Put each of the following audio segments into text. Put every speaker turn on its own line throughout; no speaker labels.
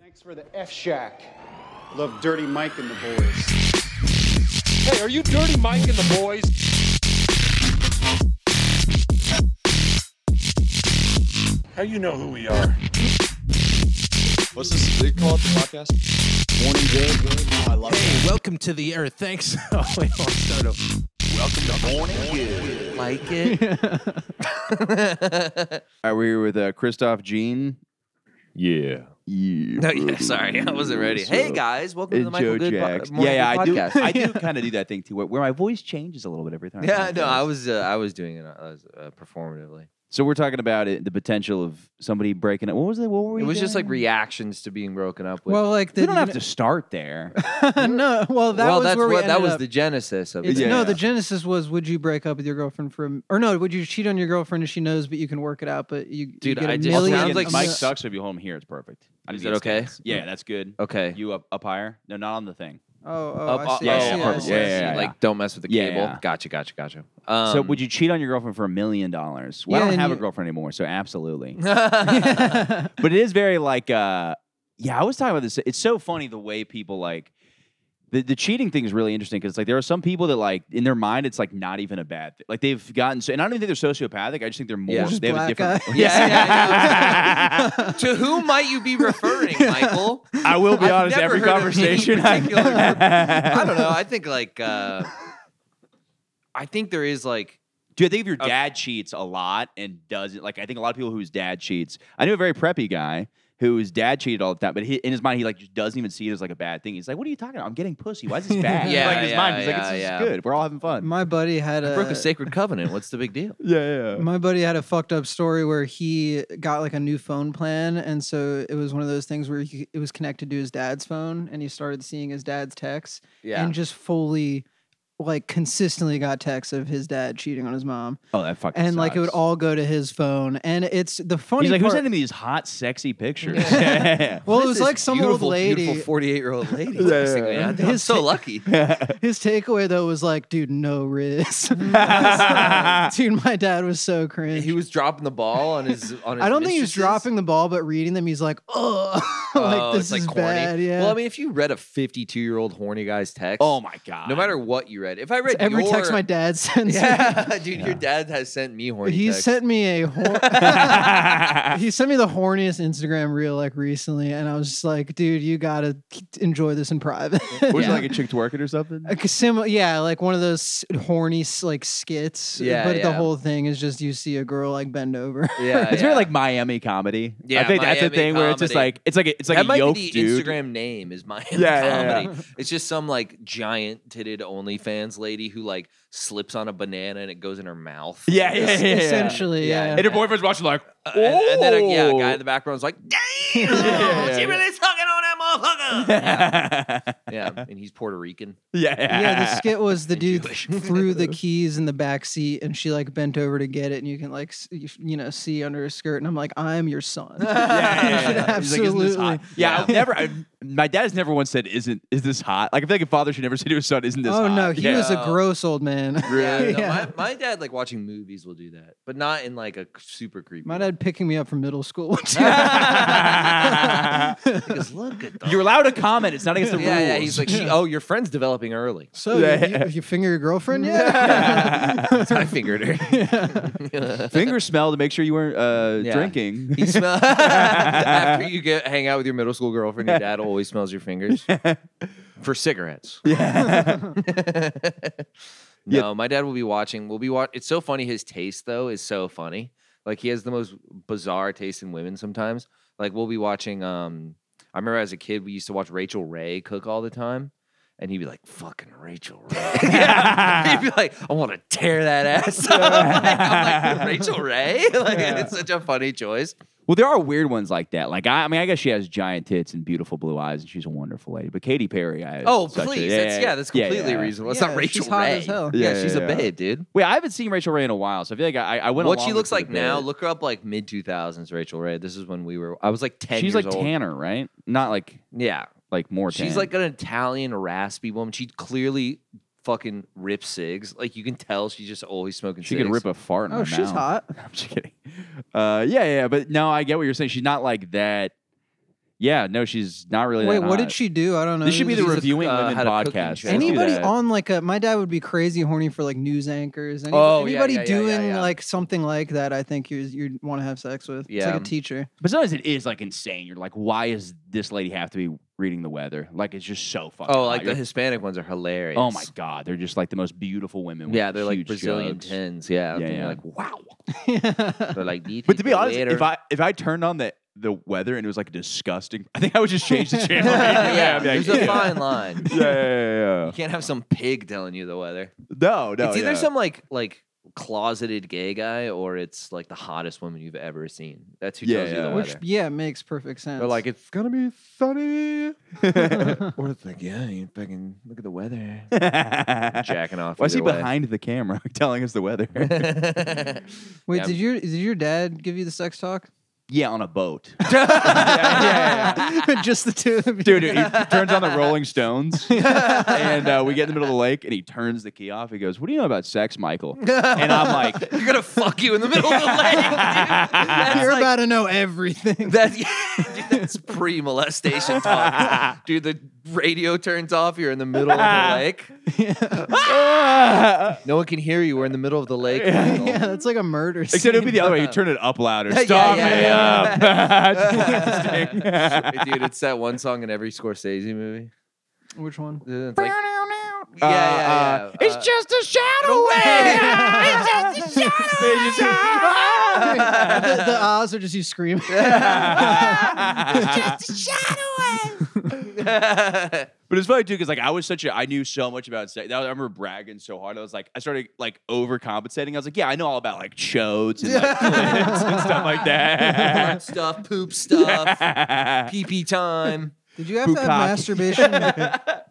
Thanks for the F Shack. Love Dirty Mike and the boys.
Hey, are you Dirty Mike and the boys? How you know who we are?
What's this? They call it the podcast. Morning Good. I love
Hey, welcome to the earth. Thanks. Oh, wait, I'll start over.
like it.
All right, we're here with uh, Christoph Jean.
Yeah.
Yeah.
No, yeah, sorry, I wasn't ready. Hey guys, welcome to the
And
Michael
Joe
Good po-
Jackson.
Morning
yeah, yeah,
Good
I
podcast.
do. I do kind of do that thing too, where, where my voice changes a little bit every time.
yeah, no, I was uh, I was doing it uh, as- uh, performatively.
So we're talking about it, the potential of somebody breaking up. What was it? What were we?
It was just like
doing?
reactions to being broken up with.
Well, like the,
We don't have to start there.
no, well, that
Well,
was
that's
where we
what that
ended
was
up.
the genesis of it.
It's- No,
Yeah.
the genesis was: Would you break up with your girlfriend from, or no? Would you cheat on your girlfriend if she knows, but you can work it out? But you, you
Dude,
get a
I just-
Also,
million,
sounds
again,
like
a
Mike
mil-
sucks. If you hold him here, it's perfect. I
Is
need
that
these
okay?
guys. Yeah, that's good.
Okay.
You up up higher? No, not on the thing.
Oh, oh,
Up-
I see.
oh,
I
yeah,
see,
yeah,
I
perfect.
see,
Yeah,
I
yeah,
see.
yeah.
Like don't mess with the
Yeah,
cable.
yeah.
Gotcha, gotcha, gotcha. Um,
so would you cheat on your girlfriend for a million dollars? Well,
Yeah,
I don't
and
have a
you-
girlfriend anymore, so absolutely.
yeah,
but it is very like uh yeah i was talking about this it's so funny the way people like the, the cheating thing is really interesting because like there are some people that like in their mind it's like not even a bad thing like they've gotten so and i don't even think they're sociopathic i just think they're more
Yeah.
Just
they have a
black
different
uh,
guy.
yeah, yeah. to whom might you be referring, Michael?
i will be
I've
honest
never
every
heard of any
conversation I've-
particular group. I don't know. I think like uh, I think there is like
Dude, I think if your
Okay.
dad cheats a lot and doesn't like, I think a lot of people whose dad cheats. I knew a very preppy guy whose dad cheated all the time, but he, in his mind he like just doesn't even see it as like a bad thing. He's like, "What are you talking about? I'm getting pussy. Why is this bad?"
Yeah,
like in his
yeah,
mind, he's like, "It's
yeah,
this is
yeah.
good. We're all having fun."
My buddy had
I
a,
broke a sacred covenant. What's the big deal?
yeah,
My buddy had a fucked up story where he got like a new phone plan, and so it was one of those things where he, it was connected to his dad's phone, and he started seeing his dad's texts, and just fully, like, consistently got texts of his dad cheating on his mom,
Oh, that fucking.
and like it would
sucks.
all go to his phone, and it's the funny
He's like,
part.
"Who's sending me these hot, sexy pictures?"
well, it
This
was
is
like some old
beautiful,
lady.
beautiful forty-eight-year-old lady.
yeah,
texting me.
yeah.
I'm I'm
His
so
ta-
lucky.
His takeaway though was like, dude, no risk. I was like, dude, my dad was so cringe.
He was dropping the ball on his. On his
I don't think he was
mistresses.
dropping the ball, but reading them, he's like, oh,
Oh,
like this
it's like
is
corny.
bad. Yeah.
Well, I mean, if you read a fifty-two-year-old horny guy's text,
oh my god!
no matter what you read, if I read
every
your,
text my dad sends. me,
yeah, dude, your dad has sent me horny.
He
texts.
sent me a hor- he sent me the horniest Instagram reel like recently, and I was just like, dude, you gotta enjoy this in private.
was
Yeah.
it like a chick twerking or something?
Like a sim- Uh, yeah, like one of those horny like skits. uh,
Yeah,
but the
yeah.
whole thing is just you see a girl like bend over.
Yeah,
It's very
yeah.
like Miami comedy. I
Yeah,
think that's the
Miami
thing where it's just
comedy.
like it's like a, it's like
that
a
might
yoked
be the
dude.
Instagram name is Miami
Yeah, yeah,
Comedy. It's just some like giant titted OnlyFans lady who like slips on a banana and it goes in her mouth.
Yeah, yeah, yeah, yeah.
Essentially,
Yeah,
yeah.
and her
boyfriend's watching like,
Uh, and, and then a, yeah, a
"Oh."
guy in the background's like, "Damn,
yeah,
she
yeah.
really sucking on that motherfucker." yeah.
yeah.
yeah, and he's Puerto Rican.
Yeah, the skit was the dude
Jewish.
threw the keys in the back seat, and she like bent over to get it, and you can like s- you, you know see under her skirt, and I'm like, I'm your son.
Yeah,
You
yeah, yeah.
should
He's like, "Isn't
absolutely.
this hot?" Yeah, I've never. i my dad has never once said, "Isn't is this hot?" Like I feel like a father should never say to his son, "Isn't this
oh
hot?"
no, he
yeah.
was a
Yeah.
gross old man.
Yeah, no,
Yeah.
My, my dad like watching movies will do that, but not in like a c- super creepy.
My
way.
dad picking me up from middle school.
He goes, look at
You're allowed to comment. It's not against
yeah,
the
yeah.
rules.
He's like, "She- oh, your friend's developing early.
so you, you, you finger your girlfriend yet?
like,
I fingered her.
finger smell to make sure you weren't uh,
Yeah.
drinking.
He smell- after you get hang out with your middle school girlfriend, your dad always smells your fingers for cigarettes.
yeah.
no, my dad will be watching. We'll be watch. It's so funny. His taste though is so funny. Like he has the most bizarre taste in women sometimes. Like we'll be watching. Um, I remember as a kid we used to watch Rachel Ray cook all the time. And he'd be like, "Fucking Rachel Ray." Yeah. He'd be like, "I want to tear that ass." up. Like, I'm like, "Rachel Ray." Like, it's such a funny choice.
Well, there are weird ones like that. Like I, I mean, I guess she has giant tits and beautiful blue eyes, and she's a wonderful lady. But Katy Perry, I
Oh,
such a-
please. that's, yeah, that's completely reasonable. It's
Yeah,
not
she's
Rachel
hot
Ray.
as hell.
Yeah,
Yeah,
she's
yeah,
a
yeah.
babe, dude.
Wait, I haven't seen Rachel Ray in a while, so I feel like I, I went.
what
along
she
with
looks
it a
like now,
bit.
look her up like mid 2000s Rachel Ray. This is when we were, I was like 10
she's
years
like
old.
Tanner, right? Not like
Yeah.
like more.
She's
tan.
like an Italian raspy woman. She clearly fucking rips cigs. Like you can tell she's just always smoking
she
cigs.
could rip a fart. In
oh,
her
she's
mouth.
hot.
I'm just kidding. Uh, yeah, yeah, but no, I get what you're saying. She's not like that. Yeah, no, she's not really. that
Wait, what
hot.
did she do? I don't know.
This should be the
She's-
a-
reviewing
uh,
women
had a cooking
podcast.
show.
Let's do
Anybody
that.
on like a my dad would be crazy horny for like news anchors. Any,
Oh, yeah,
anybody
yeah, yeah, yeah,
doing
yeah.
like something like that, I think you you want to have sex with. It's
Yeah.
like a teacher.
But sometimes it is like insane. You're like, why is this lady have to be reading the weather? Like it's just so fucking.
Oh,
hot.
like the
You're-
Hispanic ones are hilarious.
Oh my god, they're just like the most beautiful women. with
Yeah, they're like
huge
Brazilian
jugs.
tins.
Yeah,
Yeah, and
yeah.
you're like wow.
yeah,
They're like, "These
But to be
people
honest, if
later."
I if I turned on the the weather and it was like disgusting, I think I would just change the channel.
yeah,
I'd be like,
there's a
yeah.
fine line.
Yeah, yeah, yeah, yeah.
You can't have some pig telling you the weather.
No, no.
it's either
yeah.
some like like closeted gay guy or it's like the hottest woman you've ever seen. That's who
Yeah,
tells you the
yeah.
weather.
which yeah makes perfect sense.
They're like, it's gonna be sunny. or it's like, yeah, you fucking look at the weather. Jacking off.
Why is he
either way.
behind the camera telling us the weather?
wait,
yeah.
did your did your dad give you the sex talk?
yeah, on a boat. yeah, yeah, yeah.
Just the two of you.
Dude, he turns on the Rolling Stones, and uh, we get in the middle of the lake, and he turns the key off. He goes, "What do you know about sex, Michael?" And I'm like,
You're gonna fuck you in the middle of the lake. Dude. That's
You're
like,
about to know everything.
that's, dude, that's pre-molestation talk. Dude, the radio turns off. You're in the middle of the lake.
"Ah."
No one can hear you. We're in the middle of the lake.
yeah, that's like a murder.
except
scene.
it'd be the other way. You turn it up louder.
Yeah,
Stop
yeah,
me
yeah,
up. It's
Hey, Dude, it's that one song in every Scorsese movie.
Which one?
It's like,
Uh,
yeah, yeah,
uh,
yeah. It's just a shadow wave. it's just a
the,
shadow
the ahs are just you screaming.
wave.
But it's funny too, because like I was such a, I knew so much about sex. I remember bragging so hard. I was like, I started like overcompensating. I was like, yeah, I know all about like chodes and like clits and stuff like
Fart
that. Uh,
stuff, poop stuff, pee pee time.
Did you have to have
Bukkake.
masturbation?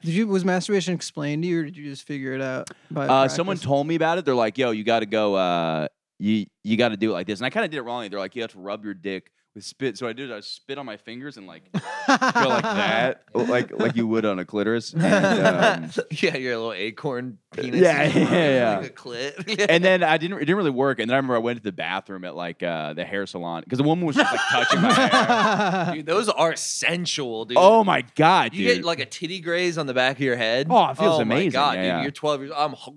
did you was masturbation explained to you, or did you just figure it out by
uh, someone
practice?
told me about it. They're like, yo, you got to go. Uh, you you got to do it like this. And I kind of did it wrong. They're like, you have to rub your dick with spit. So I did. I spit on my fingers and like go like that, like like you would on a clitoris. And, um,
yeah, your little acorn penis.
Yeah,
is growing
yeah,
like a clit.
and then I didn't. It didn't really work. And then I remember I went to the bathroom at like uh, the hair salon because the woman was just like touching my hair.
dude, those are sensual, dude.
Oh my god,
You
dude!
get like a titty graze on the back of your head.
Oh, it feels
My
amazing.
God,
Yeah,
dude,
yeah.
you're 12 years. I'm h-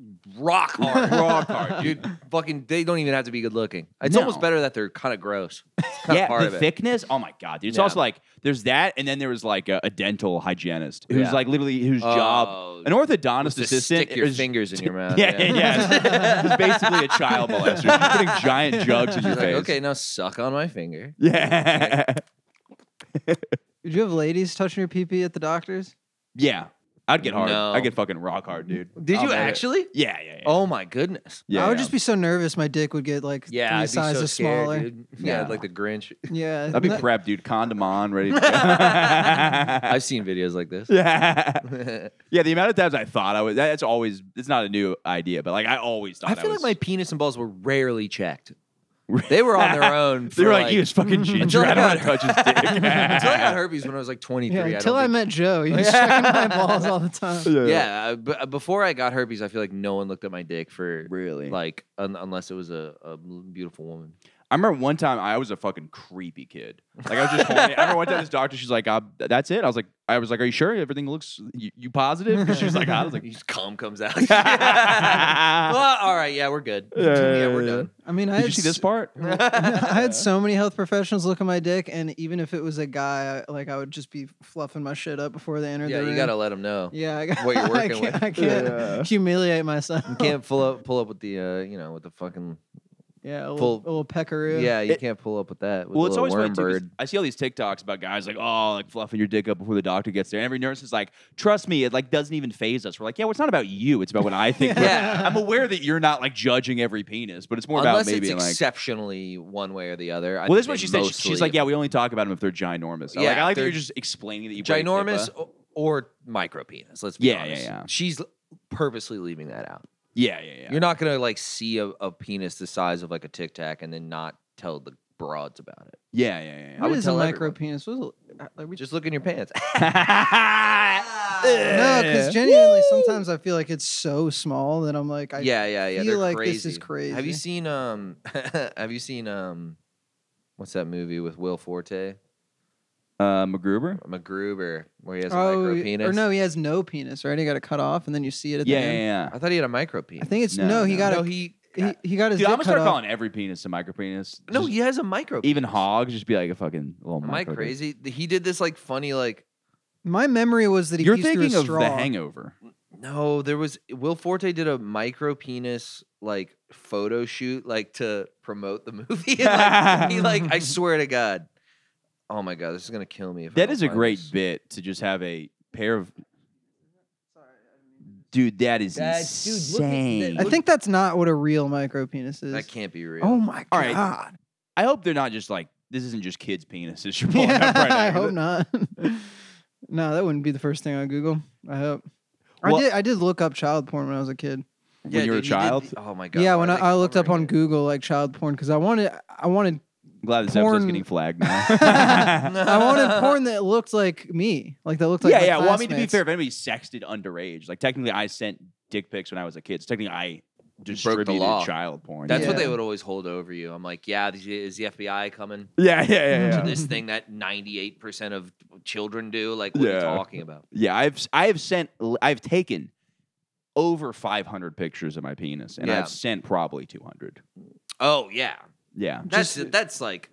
rock hard.
Rock hard,
dude. Fucking, they don't even have to be good looking. It's
No.
almost better that they're kind of gross. It's kinda
yeah,
part
the
of it.
thickness. Oh my god, dude! It's
Yeah.
also like there's that, and then there was like a, a dental hygienist who's
Yeah.
like literally whose
Oh,
job, an orthodontist
Just to
assistant.
stick your
is-
fingers in your mouth.
Yeah, yeah, yeah. It's basically a child molester. She's putting giant jugs in your
She's like,
face.
okay, now suck on my finger.
Yeah.
Did you have ladies touching your pee pee at the doctor's?
yeah. I'd get hard.
No.
I'd get fucking rock hard, dude.
Did
I'll
you
bet it.
actually?
Yeah, yeah, yeah.
Oh my goodness.
yeah,
I would
yeah.
just be so nervous. My dick would get like
Yeah,
three
I'd be so
sizes
scared,
smaller.
dude. Yeah,
No.
like the Grinch.
Yeah,
I'd be
that-
prepped, dude. Condom on, ready. To go.
I've seen videos like this.
yeah.
I
Yeah, the amount of times I thought I was that- that's always it's not a new idea, but like I always thought I,
feel like
was,
my penis and balls were rarely checked. They were on their own.
They
for,
were like, you was fucking ginger.
Until
I
I
don't want to
got-
touch his dick.
until I got herpes when I was like 23.
yeah,
I
until
don't
I
think-
met Joe, he was
Yeah.
checking my balls all the time.
Yeah, uh, b- uh, before I got herpes, I feel like no one looked at my dick for
Really?
like un- unless it was a, a beautiful woman.
I remember one time I was a fucking creepy kid. Like I was just. horny. I remember one time this doctor, she's like, uh, "That's it." I was like, "I was like, are you sure everything looks you, you positive?" 'Cause she was like, "Ah," "I was like."
His cum comes out. well, all right, yeah, we're good. Yeah, we're done.
I mean, I
Did
had
you see
s-
this part?
I had so many health professionals look at my dick, and even if it was a guy, I- like I would just be fluffing my shit up before they entered
Yeah,
the room.
you gotta let them know.
Yeah, I got
what you're
I
working
can't,
with.
I can't humiliate myself.
You can't pull up pull up with the uh, you know with the fucking
Yeah, a
pull-
little, a little peckaroo.
yeah. You
It-
can't pull up with that. With
Well,
the
it's always
little worm
funny too, 'cause
bird.
I see all these TikToks about guys like, oh, like fluffing your dick up before the doctor gets there. And every nurse is like, trust me, it like doesn't even phase us. We're like, yeah, well, it's not about you. It's about what I think.
Yeah.
I'm aware that you're not like judging every penis, but it's more
Unless
about maybe
it's
like.
exceptionally one way or the other. I
well, this
think
is what
they
she said. She- She's like,
mostly-
yeah, we only talk about them if they're ginormous. I
Yeah,
like, I like that
they're
you're just explaining that you break
ginormous
HIPAA.
o- or micro penis. Let's be
Yeah, yeah,
honest.
yeah.
She's l- purposely leaving that out.
Yeah, yeah, yeah.
You're not gonna like see a, a penis the size of like a tic tac and then not tell the broads about it.
Yeah, yeah, yeah. yeah.
I
What
would
is a
tell
micro
everyone.
penis? What is
Uh,
a, like we,
Just look in your pants.
no, because genuinely, sometimes I feel like it's so small that I'm like, I,
yeah, yeah, yeah.
feel
They're
like
crazy.
this is
Have
crazy.
you seen um? have you seen um? What's that movie with Will Forte?
Uh, MacGruber.
MacGruber, where he has a
oh,
micro
y-
penis.
or no, he has no penis, right? He got it cut off, and then you see it at
Yeah,
the
yeah,
end.
yeah.
I thought he had a micro penis.
I think it's
No,
no. he
no.
got
no,
it.
he.
He, he got his.
Dude, I'm gonna
dick cut
start
off.
calling every penis a micro penis.
No,
Just
he has a micro.
even
penis.
hogs just be like a fucking little.
Am I
micro dick.
crazy? He did this like funny like.
My memory was that he
You're
pees through
thinking
a
of
straw.
The Hangover.
No, there was Will Forte did a micro penis like photo shoot like to promote the movie. And, like, he like I swear to God. Oh my God, this is gonna kill me. If I
That
don't
is a
find
great
this.
bit to just have a pair of. Dude, that is
That- dude, look at that-
insane.
I think that's not what a real micro penis is.
That can't be real.
oh my
All right.
god!
I hope they're not just like this. Isn't just kids' penises you're pulling
Yeah,
up right now.
I hope not. no, that wouldn't be the first thing I Google. I hope.
Well-
I did. I did look up child porn when I was a kid.
When you were a
dude, he did
child,
the- oh my God.
yeah,
why
when
are
I,
they
I looked up
covering
on
it?
Google like child porn because I wanted, I wanted,
I'm glad this episode's
porn-
getting flagged
I
now.
wanted porn that looked like me, like that looked like.
yeah,
my
yeah. Well, I mean, to be
classmates.
fair, if anybody sexted underage, like technically, I sent dick pics when I was a kid. So technically, I distributed
law.
child porn.
That's what
Yeah.
they would always hold over you. I'm like, yeah, th- is the FBI coming
Yeah, yeah, yeah.
to
yeah.
this thing that 98% of children do? Like, what are you
Yeah.
talking about?
Yeah, I've s- I have sent l- I've taken over 500 pictures of my penis, and
Yeah.
I've sent probably 200.
Oh yeah,
Yeah,
that's
Just-
that's like,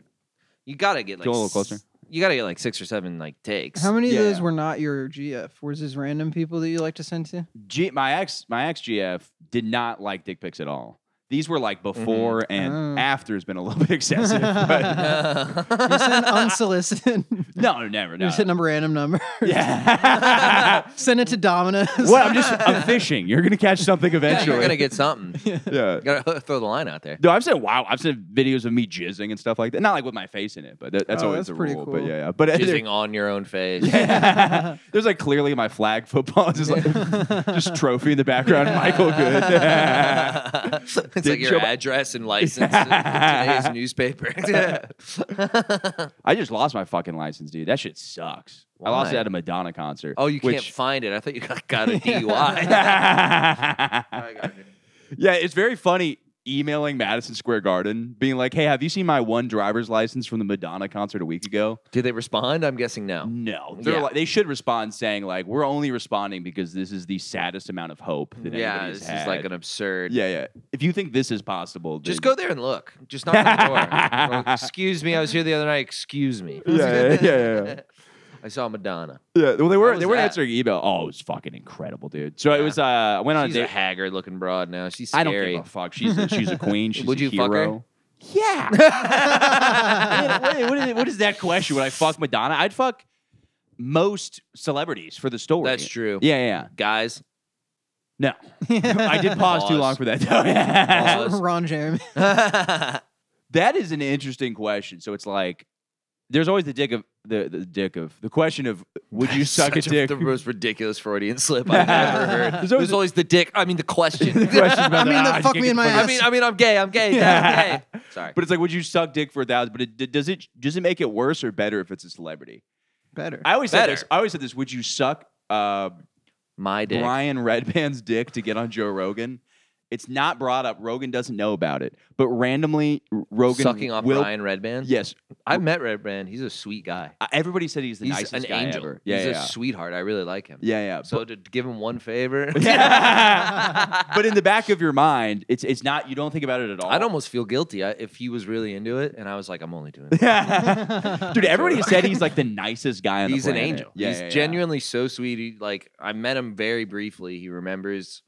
you gotta get like
Go a little
s-
closer.
You gotta get like six or seven like takes.
How many
Yeah,
of those
yeah.
were not your GF? Were just random people that you like to send to?
G, my ex my ex GF did not like dick pics at all. These were like before and
Mm-hmm. Oh.
after has been a little bit excessive. but
You send unsolicited.
no, never, no.
You send them random number.
yeah.
send it to Domino's.
well, I'm just I'm fishing. You're gonna catch something
Yeah,
eventually.
you're gonna get something. You
yeah.
gotta throw the line out there.
No, I've said wow. I've seen videos of me jizzing and stuff like that. Not like with my face in it, but that, that's
Oh,
always
that's
the
pretty
rule. But
cool.
yeah, yeah. But
Jizzing on your own face.
There's like clearly my flag football, just like just trophy in the background. Michael Good.
it's like
Did
your
Joe-
address and license in today's newspaper.
I just lost my fucking license, dude. That shit sucks. I lost it
Why?
at a Madonna concert.
oh, you can't
which-
find it. I thought you got, got a DUI.
yeah, it's very funny emailing Madison Square Garden, being like, "Hey, have you seen my one driver's license from the Madonna concert a week ago?"
Did they respond? I'm guessing no.
No, they're
Yeah.
like, they should respond saying like, "We're only responding because this is the saddest amount of hope that
Yeah,
anybody's
this
had."
is like an absurd.
Yeah, yeah. If you think this is possible,
Just
then-
go there and look. Just knock on the door. Well, excuse me, I was here the other night. Excuse me.
Yeah, yeah, yeah, yeah.
I saw Madonna.
Yeah, well, they were
was
they weren't
that?
answering email. Oh, it was fucking incredible, dude. So
Yeah.
it was. Uh, I went on
She's
a
a
date.
haggard looking broad now. She's
I
scary.
don't give a fuck. She's a, she's a queen. She's
Would
a
you fuck her?
hero. Yeah. Man, what, what is, what is that question? Would I fuck Madonna? I'd fuck most celebrities for the story.
That's true.
Yeah, yeah.
Guys,
yeah. No, I did pause, too
Pause.
long for that. Though. Yeah.
Pause.
Ron Jeremy.
That is an interesting question. So it's like, there's always the dick of the, the dick of the question of would you suck a
Such
dick?
The most ridiculous Freudian slip I've ever
There's
heard. There's always,
always a-
the dick. I mean, the question.
Question about
I mean, the
Ah,
fuck
you
me in
can
my
fuck-
I mean, I mean, I'm gay. I'm gay.
Yeah.
Yeah. I'm gay. Sorry.
But it's like, would you suck dick for a thousand? But it, d- does it does it make it worse or better if it's a celebrity?
Better.
I always
Better.
said this. I always said this. Would you suck uh,
my dick.
Brian Redman's dick to get on Joe Rogan? It's not brought up. Rogan doesn't know about it. But randomly, R- Rogan
Sucking off
will,
Brian Redband.
Yes,
I met Redband. He's a sweet guy.
Uh, everybody said he's the
He's
nicest
an
guy
angel.
ever. Yeah,
He's
yeah,
a sweetheart. I really like him.
yeah, yeah.
So to give him one favor,
But, but in the back of your mind, it's it's not. You don't think about it at all.
I'd almost feel guilty I, if he was really into it, and I was like, I'm only doing it.
Dude, everybody said he's like the nicest guy on
He's
the
an
planet.
angel.
Yeah,
He's
yeah, yeah.
genuinely so sweet. He, like I met him very briefly. He remembers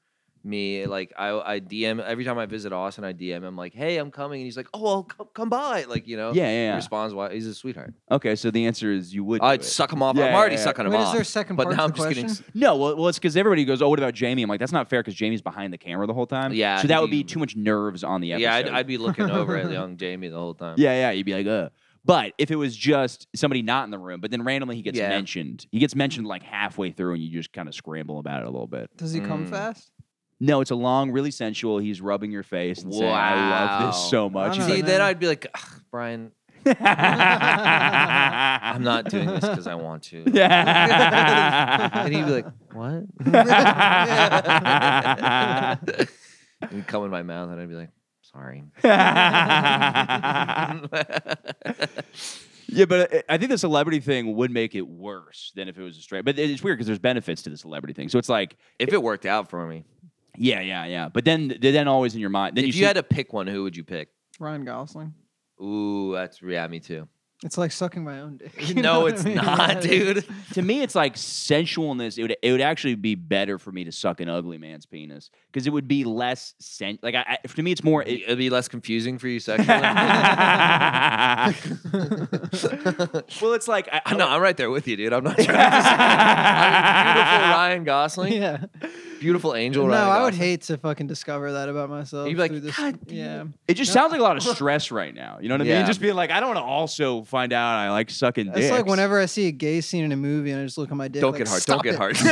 me. Like I, I DM every time I visit Austin. I DM him like, "Hey, I'm coming," and he's like, "Oh, well, come, come by." Like you know,
Yeah, yeah, yeah.
He responds, "Why?" He's a sweetheart.
Okay, so the answer is you would. do
I'd
it.
suck him off.
Yeah,
I'm
yeah,
already
yeah.
sucking him
Wait, is
off.
there a second
but
part
now
to
I'm
the
just getting.
question?
s-
No, well, well, it's because everybody goes, "Oh, what about Jamie?" I'm like, "That's not fair," because Jamie's behind the camera the whole time.
Yeah,
so that would be
you-
too much nerves on the episode.
Yeah, I'd, I'd be looking over at young Jamie the whole time.
yeah, yeah. You'd be like, "Uh." But if it was just somebody not in the room, but then randomly he gets
Yeah.
mentioned, he gets mentioned like halfway through, and you just kind of scramble about it a little bit.
Does he come
Mm.
fast?
No, it's a long, really sensual. He's rubbing your face and saying, "I love
Wow.
this so much."
I
He's
don't
See,
like,
know.
then I'd be like, "Ugh, Brian, I'm
"I'm
not doing this because I want to.
Yeah.
and he'd be like, "What?" He'd come in my mouth, and I'd be like, "Sorry."
Yeah, but I- I think the celebrity thing would make it worse than if it was a straight. But it's weird because there's benefits to the celebrity thing. So it's like,
If it worked out for me,
yeah, yeah, yeah. But then, then always in your mind. Then
if
you,
you had to pick one, who would you pick?
Ryan Gosling.
Ooh, that's yeah, me too.
It's like sucking my own dick. you know
no,
what I
it's
mean? Yeah,
not,
it is.
dude.
to me, it's like sensualness. It would it would actually be better for me to suck an ugly man's penis because it would be less sen. Like I, I, to me, it's more.
It,
It,
would be less confusing for you sexually.
well, it's like I,
I know, I'm right there with you, dude. I'm not trying to. I mean, beautiful Ryan Gosling,
Yeah.
beautiful angel.
No,
Ryan
I would
Gosling.
hate to fucking discover that about myself.
You'd be like,
through this,
"God
yeah.
It just sounds like a lot of stress right now. You know what I mean?
Yeah.
Just being like, I don't want to also find out I like sucking dicks.
It's like whenever I see a gay scene in a movie and I just look at my dick.
Don't
like,
get hard. Don't
"Stop
get
it."
hard. I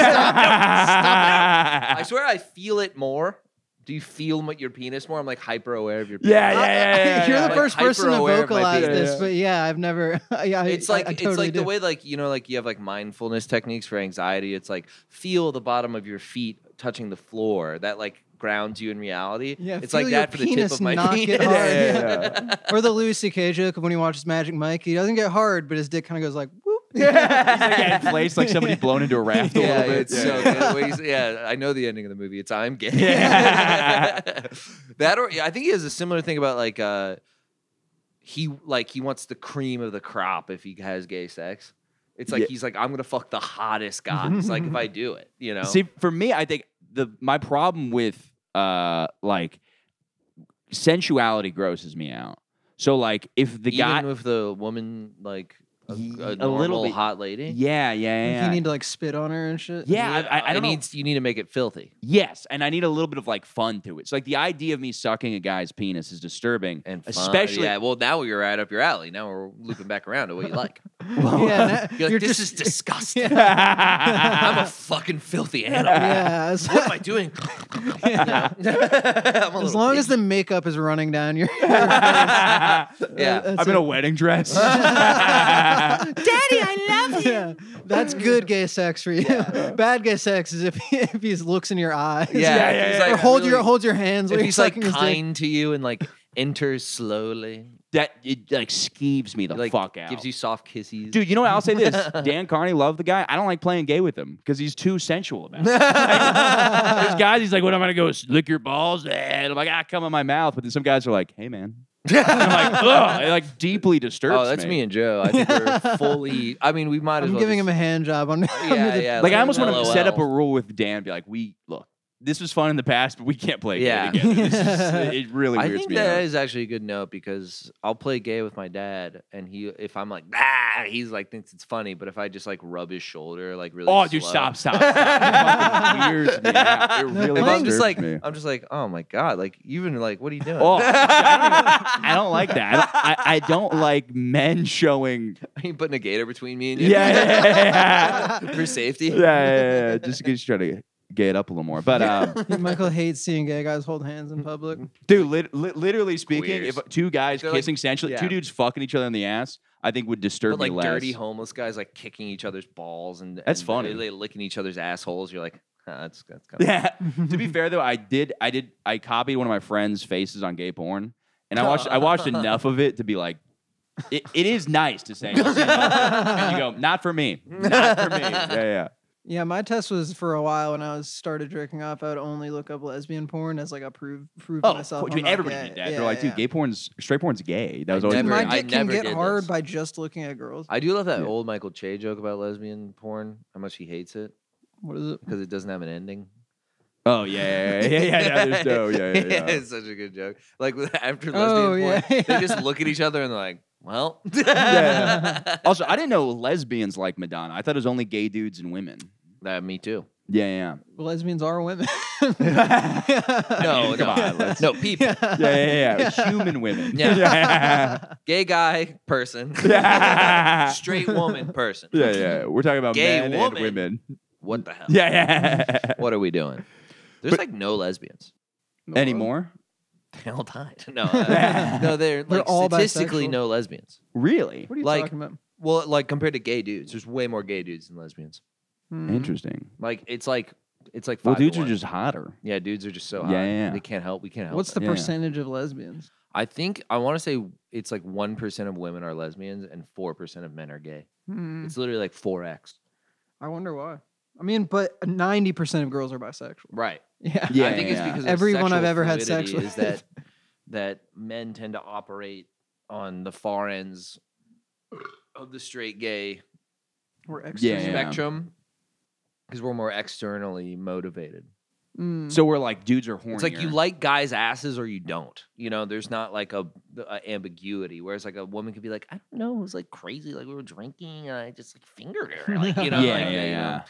yeah,
swear, I feel it more. Do you feel my, your penis more? I'm like hyper aware of your. penis.
yeah, yeah, yeah, yeah,
You're
yeah.
the
Like,
first person to
hyper-aware of my
vocalize
penis.
this,
Yeah.
but yeah, I've never. Yeah, I-
It's
I-
like
I
it's
totally
like
do.
the way like you know like you have like mindfulness techniques for anxiety. It's like feel the bottom of your feet touching the floor. That like grounds you in reality.
Yeah,
it's like
feel your
that for the tip
penis
of my
not
penis.
get hard.
Yeah, yeah,
or the Louis C.K. joke of when he watches Magic Mike, he doesn't get hard, but his dick kind of goes like whoop.
He's like, yeah, inflates like somebody blown into a raft a
Yeah,
little bit.
it's so good. When he's- yeah, I know the ending of the movie. It's I'm gay.
Yeah.
that or yeah, I think he has a similar thing about like uh he like he wants the cream of the crop if he has gay sex. It's like
Yeah.
he's like I'm gonna fuck the hottest guy. It's like if I do it, you know.
See, for me, I think the my problem with uh like sensuality grosses me out. So like if the
Even
guy,
with the woman like a,
Ye-
a
a little
normal
bit-
hot lady.
yeah, yeah, yeah,
You
yeah.
need to like spit on her and shit.
yeah, I, I, I
it
don't know.
needs- you need to make it filthy
Yes, and I need a little bit of like fun to it. So like the idea of me sucking a guy's penis is disturbing,
and fun.
especially
yeah. Well, now we're right up your alley. Now we're looping back around to what you like.
yeah.
You're like,
you're
this is
just-
disgusting.
I'm
I'm a fucking filthy animal.
yeah. As,
What am I doing?
yeah. as long as the makeup is running down your.
yeah,
That's
I'm in
it.
a wedding dress.
I love you. Yeah, that's good gay sex for you. Bad gay sex is if he, if he looks in your eyes.
Yeah, if he's,
or
like,
hold your
really-
hold your hands.
if
when
he's
you're
like
sucking his dick.
kind to you and like enters slowly,
that it like skeeves me the
like
fuck out.
gives you soft kisses.
Dude, you know what? I'll say this: Dan Carney loved the guy. I don't like playing gay with him because he's too sensual about it. Like, There's guys, he's like, "What am I gonna go lick your balls?" And I'm like, "Ah, come in my mouth." But then some guys are like, "Hey, man," And I'm like, "Ugh," it like deeply disturbs.
oh, that's me. and Joe. I think we're fully. I mean, we might as
I'm
well.
giving
just,
him a hand job. On,
Yeah, yeah.
Like, I almost want to
LOL.
set up a rule with Dan, be like, "We look, this was fun in the past, but we can't play
Yeah.
gay together. This is, it really
I
weirds
think
me
that is
out."
actually a good note because I'll play gay with my dad, and he if I'm like ah, he's like thinks it's funny, but if I just like rub his shoulder like really,
oh, dude,
slow-
stop, stop! stop. It fucking weirds me out. It really
if
disturbs
I'm just like
me.
I'm just like oh my god, like even like what are you doing?
Oh, I don't like that. I don't, I, I don't like men showing.
Are you putting a gator between me and you?
Yeah, yeah, yeah,
For safety.
yeah, yeah, yeah. Just to try to gay it up a little more. But um,
Michael hates seeing gay guys hold hands in public.
dude, lit, lit, literally speaking,
Queers.
if two guys
They're like-
kissing sensually,
yeah.
two dudes fucking each other in the ass, I think would disturb
But like
me less.
dirty homeless guys like kicking each other's balls and
That's
and
funny.
Really licking each other's assholes. You're like, huh, that's that's kind of
yeah. to be fair though, I did, I did, I copied one of my friends' faces on gay porn, and I watched, I watched enough of it to be like, it, it is nice to say. "You'll see another," and you go, not for me, not for me. Yeah, yeah.
Yeah, my test was for a while when I was started jerking off. I would only look up lesbian porn as like a prove prove
Oh,
myself.
dude,
I'm not
everybody
gay.
did that.
Yeah,
They're like, dude,
yeah.
gay porn's straight porn's gay. That was always
Dude,
never-
my
I
dick can
never
get
did
hard
this.
by just looking at girls.
I do love that
Yeah.
old Michael Che joke about lesbian porn. How much he hates it
What is it?
because it doesn't have an ending.
Oh yeah, yeah, yeah, yeah, yeah. There's no, yeah, yeah, yeah.
it's such a good joke. Like with- after lesbian
Oh,
porn,
yeah,
they
yeah.
just look at each other and they're like, "Well,
yeah. Also, I didn't know lesbians like Madonna. I thought it was only gay dudes and women.
that me too."
Yeah,
Lesbians are women.
yeah.
No,
come
no,
on, let's-
no, people,
yeah, yeah, yeah. Human women.
Yeah.
yeah,
gay guy person,
Yeah.
straight woman person.
yeah, yeah. We're talking about
Gay
men
woman.
and women.
What the hell?
Yeah, yeah.
What are we doing? There's
But-
like no lesbians.
Anymore?
They all died. No, uh, no, they're,
They're
like,
all
statistically
bisexual.
no lesbians.
Really?
What are you
Like-
talking about?
Well, like compared to gay dudes, there's way more gay dudes than lesbians.
Hmm.
Interesting.
Like it's like it's like Mm. five
Well,
to
dudes are
one.
just hotter.
yeah, dudes are just so
Yeah,
hot.
yeah, yeah.
They can't help. We can't help.
What's the
Yeah.
percentage of lesbians?
I think I want to say it's like one percent of women are lesbians and four percent of men are gay.
Hmm.
It's literally like four x.
I wonder why. I mean, but ninety percent of girls are bisexual.
Right.
Yeah.
Yeah,
I think it's
yeah.
because of
Everyone I've
sexual
ever had sex
fluidity
with.
is that that men tend to operate on the far ends of the straight gay
We're extra.
Yeah.
spectrum because we're more externally motivated.
Mm.
So we're like dudes are horny.
It's like you like guys' asses or you don't. You know, there's not like a, a ambiguity. Whereas like a woman could be like, I don't know, it was like crazy, like we were drinking, and I just like fingered her, like you know,
yeah,
like,
yeah,
you know.
yeah,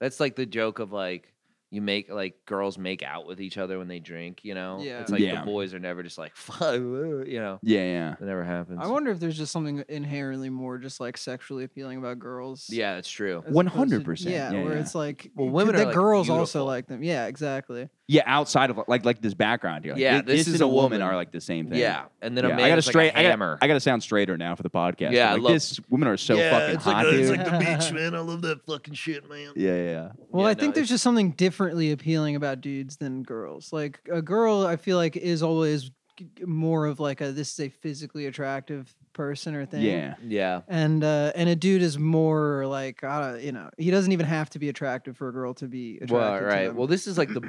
That's like the joke of like you make like girls make out with each other when they drink. You know,
Yeah.
it's like
Yeah.
the boys are never just like fuck, woo," you know,
yeah, yeah.
it never happens.
I wonder if there's just something inherently more just like sexually appealing about girls.
yeah, it's true.
as opposed to-
100%.
Yeah,
Yeah,
where
yeah.
it's like
Well,
c-
women
the
are, like,
girls
beautiful.
also like them. Yeah, exactly.
Yeah, outside of like like this background here. Like,
Yeah,
thi-
this is
and
a
a woman,
woman.
are like the same thing.
Yeah, and then
Yeah,
a man
I gotta
is
straight.
like a
I gotta- I
hammer.
gotta, sound straighter now for the podcast.
Yeah, I
like,
love-
this women are so fucking hot, dude.
beach,
man. I love that fucking shit, man.
yeah, yeah, yeah.
Well,
Yeah,
I
no,
think
it's-
there's just something differently appealing about dudes than girls. Like a girl, I feel like is always g- g- more of like a this is a physically attractive person or thing.
yeah.
yeah,
And uh, and a dude is more like uh, you know he doesn't even have to be attractive for a girl to be attracted
well,
to
right.
them.
Well, this is like the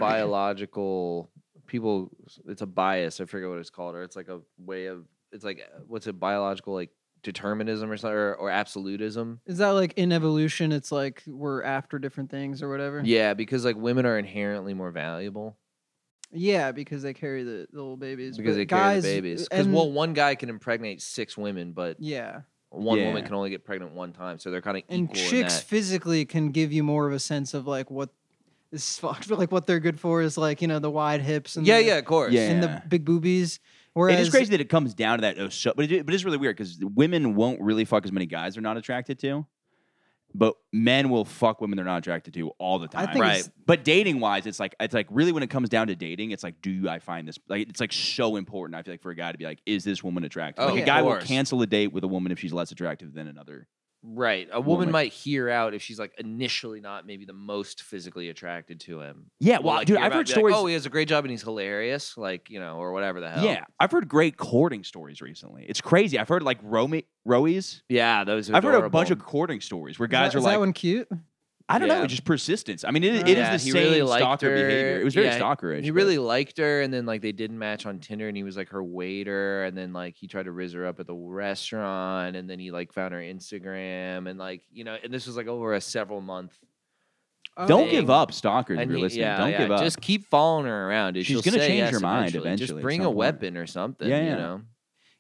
biological people. It's a bias. I forget what it's called, or it's like a way of. It's like uh, what's it? Biological like determinism or something, or, or absolutism.
is that like in evolution? It's like we're after different things or whatever.
Yeah, because like women are inherently more valuable
Yeah, because they carry the, the little babies.
because
but
they
guys, uh,
carry the babies. Because
and-
well, one guy can impregnate six women, but
yeah,
one woman
Yeah.
can only get pregnant one time, so they're kind of
and
equal in
chicks
that.
physically can give you more of a sense of like what this is fucked, but like what they're good for is like you know the wide hips and
yeah,
the,
yeah, of course.
Yeah.
and the big boobies. Whereas
it is crazy that it comes down to that. Oh, so, but it, but it's really weird because women won't really fuck as many guys they're not attracted to, but men will fuck women they're not attracted to all the
I
time.
think it's- Right.
But dating wise, it's like it's like really when it comes down to dating, it's like, do I find this like it's like so important? I feel like for a guy to be like, is this woman attractive?
Oh,
like
yeah.
a guy
of
will
course.
cancel a date with a woman if she's less attractive than another.
Right. A woman
Woman.
might hear out if she's like initially not maybe the most physically attracted to him.
Yeah,
Will,
well,
like,
dude,
hear
I've
about
heard
it and be
stories.
like, oh, he has a great job and he's hilarious, like you know, or whatever the hell.
yeah, I've heard great courting stories recently. It's crazy. I've heard like Romy, Rowies.
yeah. Those. Are
I've heard a bunch of
adorable.
courting stories where
Is
guys
that-
are
is
like,
that one cute?
I don't
Yeah.
know, just persistence. I mean, it, it is
Yeah,
the
he
same
really liked
stalker
her.
behavior. It was very
Yeah, he-
stalkerish.
He
but-
really liked her, and then like they didn't match on Tinder, and he was like her waiter, and then like he tried to rizz her up at the restaurant, and then he like found her Instagram, and like you know, and this was like over a several month.
Oh,
don't
thing.
give up, stalkers. If
and
you're
he-
listening,
yeah,
don't
yeah,
give up.
Just keep following her around. dude.
She's
She'll
gonna
say
change
yes
her mind
Just
eventually at
bring
some
a
point.
weapon or something.
Yeah,
You
yeah.
know.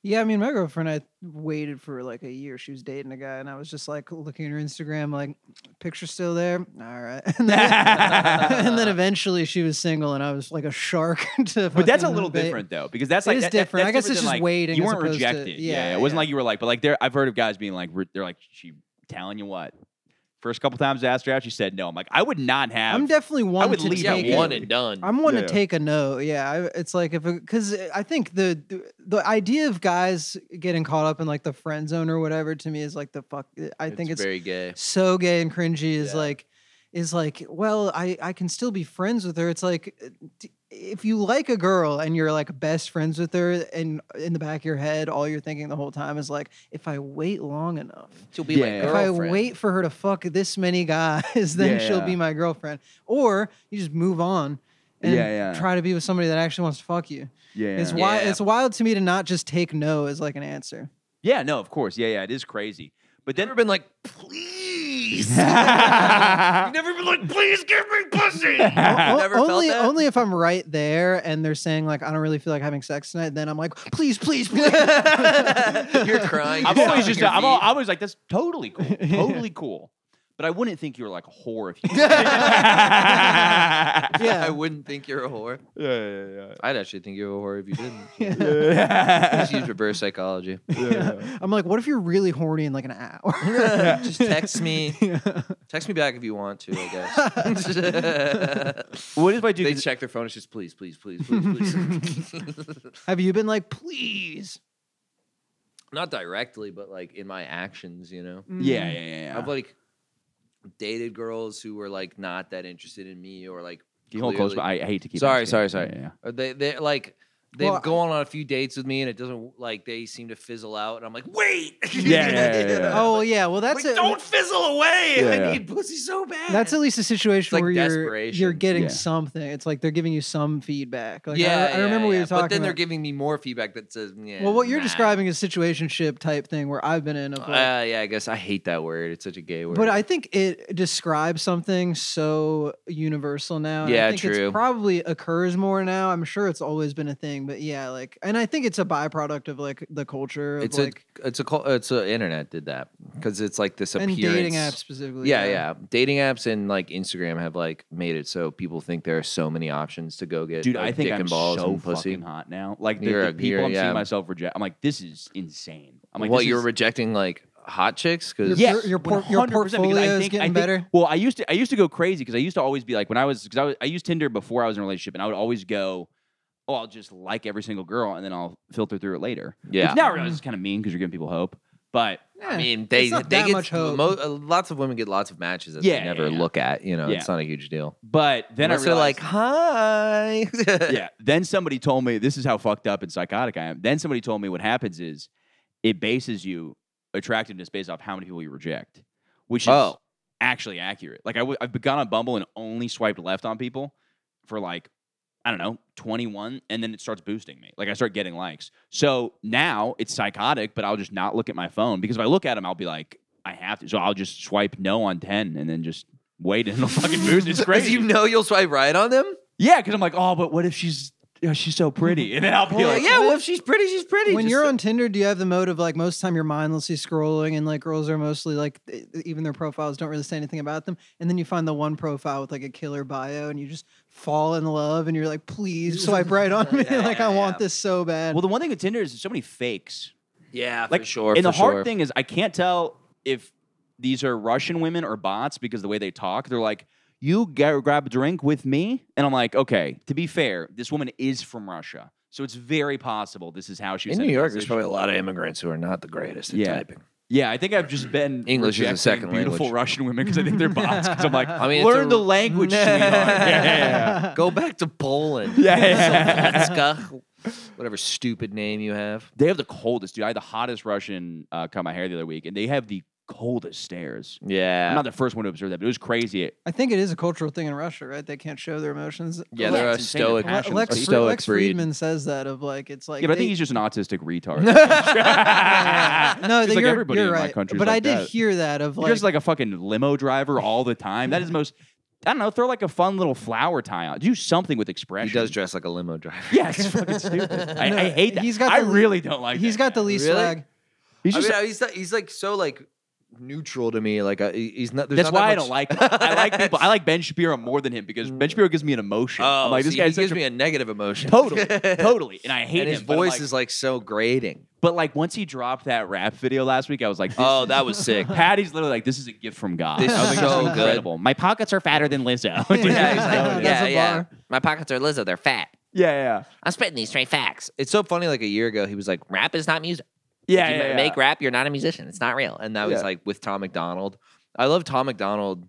Yeah, I mean, my girlfriend, I waited for like a year. She was dating a guy, and I was just like looking at her Instagram, like, picture still there. All right. And then, and then eventually she was single, and I was like a shark. to
but that's a
fucking
little
bait.
different though, because that's like
is
that- that-
different.
that's
I guess
different
it's
than,
just
like,
waiting
You
as
weren't
opposed to-
rejected. yeah,
yeah,
it wasn't
yeah.
like you were like, but like there, I've heard of guys being like, re- they're like, she telling you what. First couple times I asked her out, she said no. I'm like, I would not have.
I'm definitely one
would
to
leave
Yeah,
take
it.
a-
one and done.
I'm one
Yeah.
to take a no. Yeah, I, it's like if because I think the the- the idea of guys getting caught up in like the friend zone or whatever to me is like the fuck. I think it's,
very gay.
so gay and cringy. Is
Yeah.
like is like well I I can still be friends with her. It's like uh, d- if you like a girl and you're like best friends with her and in the back of your head all you're thinking the whole time is like if I wait long enough
She'll be
Yeah.
my
if I
girlfriend.
wait for her to fuck this many guys, then she'll
Yeah.
be my girlfriend. Or you just move on and
Yeah, yeah.
try to be with somebody that actually wants to fuck you.
yeah,
It's
Yeah.
wild. It's wild to me to not just take no as like an answer.
yeah, no, of course, yeah, yeah, it is crazy. But then
never been like, please.
yeah,
You've never been like, please give me pussy.
O-
Never felt
only,
that?
only if I'm right there and they're saying like I don't really feel like having sex tonight, then I'm like, please, please, please.
You're crying.
I'm
you're
always
stomping
just
your
I'm al-
feet.
I was like that's totally cool, totally cool. But I wouldn't think you were like a whore if you. yeah,
yeah.
I wouldn't think you're a whore.
yeah, yeah.
I'd actually think you're a whore if you didn't. Just
yeah.
use reverse psychology.
I'm like, what if you're really horny in like an hour?
just text me. Text me back if you want to, I guess.
what if I do?
they check their phone. It's just please, please, please, please, please.
Have you been like, please?
Not directly, but like in my actions, you know?
Mm.
yeah, yeah, yeah. yeah.
I've like dated girls who were like not that interested in me or like
Can you hold close,
clearly-
but I, I hate to keep.
Sorry,
asking.
sorry, sorry.
Yeah, yeah, yeah.
Or they they like they've
Well,
gone on a few dates with me and it doesn't like they seem to fizzle out and I'm like, wait.
Yeah, yeah, yeah, yeah.
Oh yeah, well that's
like,
a,
don't fizzle away.
Yeah, yeah.
I need pussy so bad.
that's at least a situation
like
where you're you're
desperation.
getting
Yeah.
something. It's like they're giving you some feedback. Like, I-
yeah,
I, remember
yeah,
we
yeah.
were talking.
But then they're
about-
giving me more feedback that says, yeah.
well, what you're
nah.
describing is situationship type thing where I've been in. Of like,
Uh, yeah, I guess I hate that word. It's such a gay word.
But I think it describes something so universal now. and I
Yeah,
think
true.
It probably occurs more now. I'm sure it's always been a thing, but yeah, like, and I think it's a byproduct of like the culture of
it's
like
a it's a cul- it's a internet did that because it's like this
and
appearance.
dating apps specifically.
Yeah, yeah. Dating apps and like Instagram have like made it so people think there are so many options to go get.
Dude,
like,
I think
dick
I'm
and balls
so
and pussy.
fucking hot now. Like the,
You're
the
a-
people
you're-
I'm
yeah.
seeing myself reject. I'm like, this is insane. I'm like,
what
this
you're
is-
rejecting like hot chicks? Because
Yeah.
Yes,
your- your por- your
100%, because I
portfolio is
think-
getting
I think-
better.
Well, I used to I used to go crazy because I used to always be like when I was because I was I used Tinder before I was in a relationship and I would always go, oh, I'll just like every single girl and then I'll filter through it later.
Yeah.
Which now I realize it's kind of mean because you're giving people hope, but
I mean, they
it's not
they
that
get
much hope.
mo- uh, lots of women get lots of matches that
Yeah,
they
yeah,
never
yeah.
look at. You know,
Yeah.
it's not a huge deal.
but then
Unless
I realized,
they're like, hi.
yeah. Then somebody told me this is how fucked up and psychotic I am. Then somebody told me what happens is it bases you attractiveness based off how many people you reject, which is
Oh.
actually accurate. Like I w- I've gone on Bumble and only swiped left on people for like I don't know 21, and then it starts boosting me. Like I start getting likes. So now it's psychotic, but I'll just not look at my phone because if I look at them, I'll be like I have to. So I'll just swipe no on 10 and then just. Wait and it'll fucking boost. It's
Because
crazy.
you know you'll swipe right on them.
Yeah, because I'm like, oh, but what if she's you know, she's so pretty? And then I'll be
You're like,
like,
yeah, well, if she's pretty, she's pretty.
When
Just-
you're on Tinder, do you have the mode of like most of the time you're mindlessly scrolling and like girls are mostly like e- even their profiles don't really say anything about them, and then you find the one profile with like a killer bio and you just fall in love and you're like, please swipe right on me,
Yeah,
like
yeah,
I want
yeah.
this so bad.
Well, the one thing with Tinder is there's so many fakes.
yeah,
Like
for sure.
And the
for
hard
sure.
thing is I can't tell if these are Russian women or bots because the way they talk, they're like, you go grab a drink with me, and I'm like, okay. To be fair, this woman is from Russia, so it's very possible this is how she. was
in
had
New
a
York, there's
conversation.
probably a lot of immigrants who are not the greatest at
Yeah.
typing.
Yeah, I think I've just been
English is a
rejecting
second
beautiful
language.
Russian women because I think they're bots. Because I'm like,
I mean, it's
learn
a-
the language, sweetheart. Yeah, yeah,
Go back to Poland.
yeah. yeah.
Sovjetska, Whatever stupid name you have.
They have the coldest, dude. I had the hottest Russian uh, cut my hair the other week, and they have the coldest stairs.
Yeah.
I'm not the first one to observe that, but it was crazy.
I think it is a cultural thing in Russia, right? They can't show their emotions.
yeah,
Oh,
they're
yeah,
a
it's insane, their
stoic,
passions.
Le-
a
Lex, Fri-
stoic
Lex
breed.
Friedman says that of like it's like
yeah, but I
they-
think he's just an autistic retard. Just
no,
like
you're,
everybody
you're
in
right.
my country. is
But
like
I did
that.
hear that of
You're
like,
just like a fucking limo driver all the time. That is the most. I don't know. Throw like a fun little flower tie on. Do something with expression.
He does dress like a limo driver.
Yeah, it's fucking stupid. I, I hate that.
he's got
I
the-
really don't like.
he's
that
got the
guy.
least
Really?
swag.
He's
I
just.
mean, he's not, he's like so like neutral to me. Like I, he's not. there's
that's
not that
why I
much-
don't like. Him. I like people. I like Ben Shapiro more than him because Ben Shapiro gives me an emotion.
Oh,
I'm like
see,
this guy's
he gives
such a
me a negative emotion.
Totally, totally. And I hate
and his
him, but I'm
voice
like-
is like so grating.
But like once he dropped that rap video last week, I was like, this
Oh,
is-
that was sick.
Patty's literally like, this is a gift from God.
This
I was
is
like, this
so good.
incredible. My pockets are fatter than Lizzo. Dude,
yeah,
he's
he's
going
like, "Oh,
in.
yeah,
a
yeah.
bar.
My pockets are lizzo. They're fat.
yeah, yeah,
I'm spitting these straight facts. It's so funny. Like a year ago, he was like, "Rap is not music.
yeah,
If you
yeah, yeah.
make rap, you're not a musician. It's not real." And that was
Yeah.
like with Tom McDonald. I love Tom McDonald.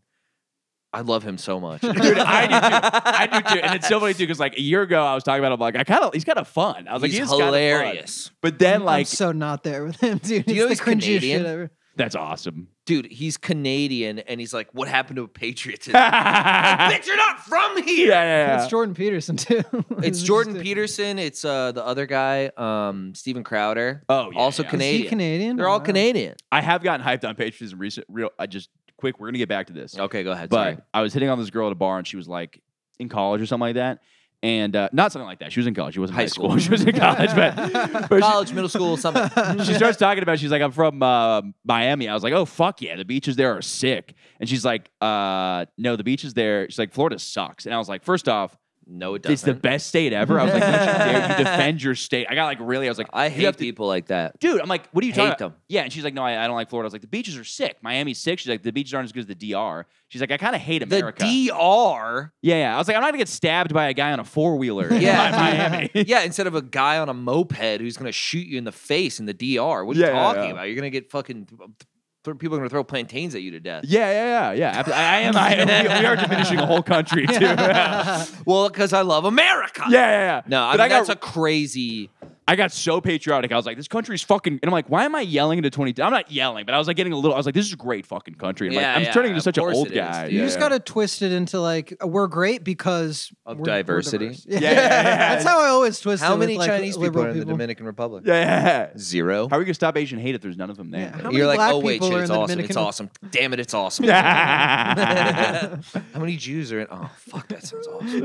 I love him so much.
Dude, I do too. I do too. And it's so funny too because like a year ago, I was talking about him like I kind of he's kind of fun. I was like,
He's
he is kinda fun.
hilarious.
But then
I'm
like
so not there with him, dude.
Do you know
It's the
he's
cringiest shit
Canadian?
ever.
that's awesome.
Dude, he's Canadian, and he's like, "What happened to patriotism?"
yeah,
Bitch, you're not from
yeah,
here.
yeah.
It's Jordan Peterson too.
It's
just
Jordan
a-
Peterson. It's uh the other guy, um, Steven Crowder.
Oh, yeah,
also
yeah. Is he
Canadian.
Is he Canadian?
They're all
Wow.
Canadian.
I have gotten hyped on patriotism recent. Real, I just quick. We're gonna get back to this.
Okay, go ahead.
but I was hitting on this girl at a bar, and she was like in college or something like that, and uh, not something like that. She was in college. She wasn't
High
high school.
school.
she was in college, but, but
sorry.
she-
college, middle school, something.
she, starts talking about. She's like, I'm from uh, Miami. I was like, Oh fuck yeah, the beaches there are sick. And she's like, uh, No, the beaches there. She's like, Florida sucks. And I was like, First off,
No, it
it's the
doesn't.
best state ever. I was like, Don't you dare you defend your state. I got like really. I was like,
I
"You have
hate
to-
people like that.
Dude, I'm like, what are you talking
Hate
about?
them.
Yeah, and she's like, no, I, I don't like Florida. I was like, the beaches are sick. Miami's sick. She's like, the beaches aren't as good as the DR. She's like, I kind of hate America.
The DR.
Yeah, yeah. I was like, I'm not gonna get stabbed by a guy on a four wheeler.
Yeah.
in Miami.
yeah, instead of a guy on a moped who's going to shoot you in the face in the DR. What are you
Yeah, yeah,
talking
yeah.
about? You're going to get fucking th- people are going to throw plantains at you to death.
Yeah, yeah, yeah, yeah. I, I am. I am. We, we are diminishing a whole country too. yeah,
Well, because I love America.
yeah, yeah.
No, I
but
mean,
I got
that's a crazy.
I got so patriotic. I was like, this country's fucking. And I'm like, why am I yelling into 20? I'm not yelling, but I was like getting a little. I was like, this is a great fucking country. I'm,
Yeah,
like, I'm
yeah,
turning into
of
such an
course
old
it is,
guy.
dude.
You
Yeah,
just
yeah.
gotta twist it into like uh, we're great because
Of
we're- we're
diversity.
diverse.
Yeah, yeah, yeah, yeah.
that's how I always twist it.
How
with,
many
like,
Chinese people
liberal
are in the Dominican Republic?
Yeah, yeah, yeah.
Zero.
How are we gonna stop Asian hate if there's none of them there?
Yeah,
You're
how- many
like,
black
oh wait,
people
shit,
are in
it's
the
awesome. It's
Dominican-
awesome. Damn it, it's awesome. How many Jews are in? Oh fuck, that sounds awesome.
Dude,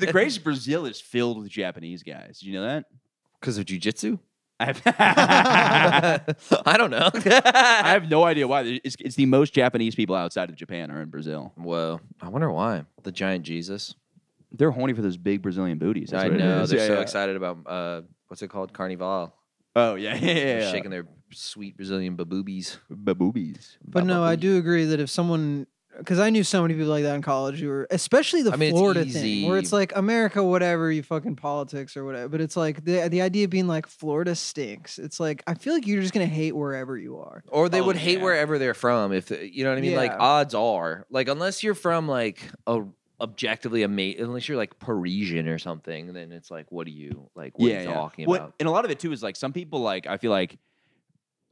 the greatest Brazil is filled with Japanese guys. Did you know that?
Because of jujitsu?
I have,
I don't know.
I have no idea why. It's, it's the most Japanese people outside of Japan are in Brazil.
Whoa, I wonder why the giant Jesus.
They're horny for those big Brazilian booties. That's
I
what it
know
is.
they're
Yeah,
so
yeah.
excited about uh, what's it called, Carnival.
Oh yeah, yeah, yeah.
They're
yeah.
shaking their sweet Brazilian baboobies.
boobies.
But no, I do agree that if someone, because I knew so many people like that in college, who were especially the
I mean, it's
Florida
easy.
thing, where it's like America, whatever you fucking politics or whatever. But it's like the the idea of being like Florida stinks. It's like I feel like you're just gonna hate wherever you are.
Or they
Oh,
would hate
yeah.
wherever they're from. If you know what I mean, like
Yeah.
odds are, like unless you're from like a objectively amazing, unless you're like Parisian or something, then it's like, what do you like? What are you talking
What-
about?
And a lot of it too is like some people like I feel like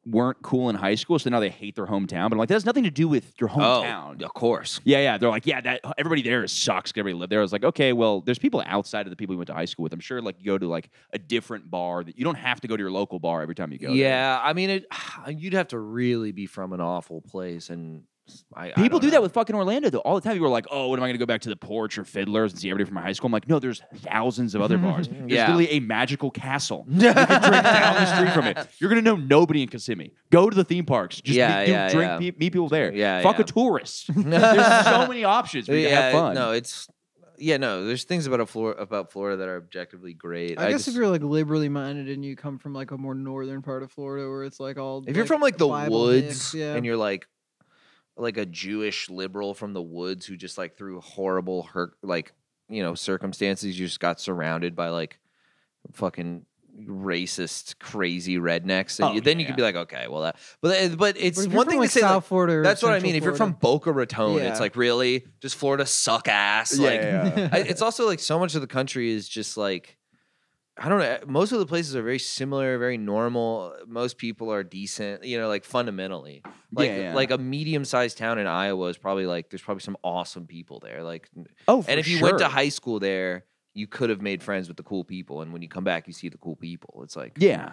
weren't cool in high school, so now they hate their hometown. But I'm like that has nothing to do with your hometown.
Oh, of course.
Yeah, yeah. They're like, yeah, that everybody there is sucks. 'cause Everybody lived there. I was like, okay, well, there's people outside of the people you went to high school with. I'm sure like you go to like a different bar that you don't have to go to your local bar every time you go. there.
Yeah, I mean, it, you'd have to really be from an awful place, and s- I, I
People
don't
do
know.
that with fucking Orlando though all the time. People are like, "Oh, what am I going to go back to the porch or Fiddlers and see everybody from my high school?" I'm like, "No, there's thousands of other bars. There's
Yeah.
literally a magical castle. You can drink down the street from it. You're going to know nobody in Kissimmee. Go to the theme parks. Just
Yeah,
meet, do-
yeah,
drink,
yeah.
pe- meet people there.
Yeah,
fuck
yeah.
a tourist. there's so many options. where you can have
Yeah,
fun.
No, it's yeah, no. There's things about a Flor- about Florida that are objectively great.
I, guess
just-
if you're like liberally minded and you come from like a more northern part of Florida where it's like all
if you're
like,
from like the
Bible
woods
mixed, yeah.
and you're like like a Jewish liberal from the woods who just like through horrible hurt like you know circumstances you just got surrounded by like fucking racist crazy rednecks and
Oh,
you, then you
yeah.
can be like okay well that but uh, but
But
it's
if you're
one
from,
thing
like
to say like,
South Florida. or
That's what I
Central
mean. If you're from
Florida.
Boca Raton, it's
Yeah.
like really just Florida suck ass. like
yeah.
I, it's also like so much of the country is just like I don't know. eh, Most of the places are very similar, very normal. Most people are decent, you know, like fundamentally. Like
Yeah, yeah.
like a medium sized town in Iowa is probably like there's probably some awesome people there. Like
oh, for
and if you went to
sure.
high school there, you could have made friends with the cool people. And when you come back, you see the cool people. It's like,
yeah,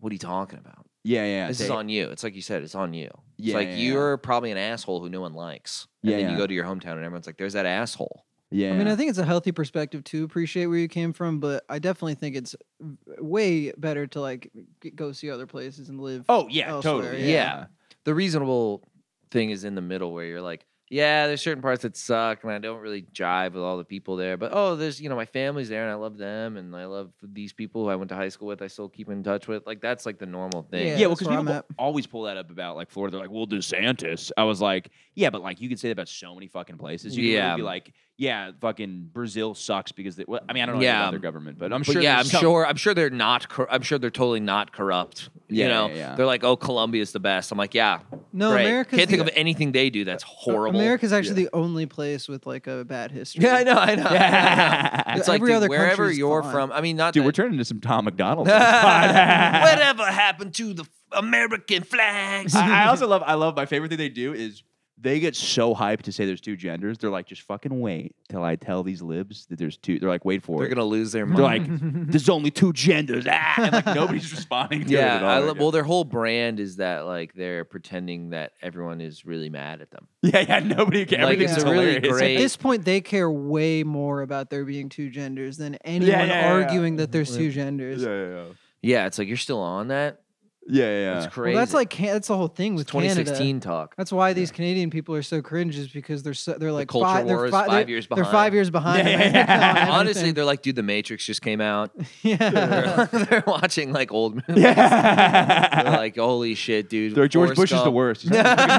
what are you talking about?
yeah, yeah.
This is
They-
on you. It's like you said, it's on you.
Yeah,
it's like
yeah, yeah.
you're probably an asshole who no one likes. And
Yeah,
then
yeah.
you go to your hometown and everyone's like, there's that asshole.
Yeah,
I mean, I think it's a healthy perspective to appreciate where you came from, but I definitely think it's w- way better to like g- go see other places and live.
Oh yeah,
elsewhere,
totally.
yeah. The reasonable thing is in the middle where you're like, yeah, there's certain parts that suck and I don't really jive with all the people there. But oh, there's, you know, my family's there and I love them and I love these people who I went to high school with, I still keep in touch with. Like that's like the normal thing.
Yeah,
Yeah, well,
that's
because
where
people
I'm
pu- always pull that up about like Florida. They're like, "Well, DeSantis." I was like, "Yeah, but like you can say that about so many fucking places." You yeah,
Yeah.
be like, "Yeah, fucking Brazil sucks because they, well, I mean, I don't know
Yeah.
about their government, but I'm
But
sure."
yeah, I'm
there's some-
sure. I'm sure they're not. Cor- I'm sure they're totally not corrupt.
Yeah,
you know,
yeah, yeah.
they're like, oh, Colombia's the best. I'm like, yeah,
No,
great.
America's
Can't think
the-
of anything they do that's horrible.
America's actually the only place with like a bad history.
Yeah, I know, I know.
Yeah.
It's like
Every
dude,
other
wherever
country's
you're
fine.
from. I mean, not
Dude,
that-
we're turning into some Tom McDonald. uh, I,
Whatever happened to the American flags?
I also love. I love. My favorite thing they do is they get so hyped to say there's two genders. They're like, just fucking wait till I tell these libs that there's two. They're like, wait for
They're
it.
gonna lose their
They're
mind.
like, there's only two genders. Ah, and like nobody's responding. To it
yeah,
at all.
I
They're
lo-
like,
well, their whole brand is that like they're pretending that everyone is really mad at them.
Yeah, yeah, nobody can.
Like,
Everything's
it's a really
hilarious.
great-
At this point, they care way more about there being two genders than anyone
yeah, yeah, yeah.
arguing that there's two genders.
Yeah, yeah, yeah.
Yeah, it's like you're still on that.
Yeah, yeah.
It's
Well,
crazy.
that's like Can- that's the whole thing
It's
with Canada.
2016 talk.
That's why these Canadian people are so cringe is because they're so, they're like
culture
fi- they're
war is
fi-
five
they're-
years
They're five
behind.
years behind.
Yeah,
on
yeah, yeah.
everything.
Honestly, they're like, dude, The Matrix just came out.
yeah.
They're, they're watching like old movies. They're
yeah.
like, holy shit, dude.
They're like, George
Forrest
Bush is the
Gump."
worst. He's like, "What are you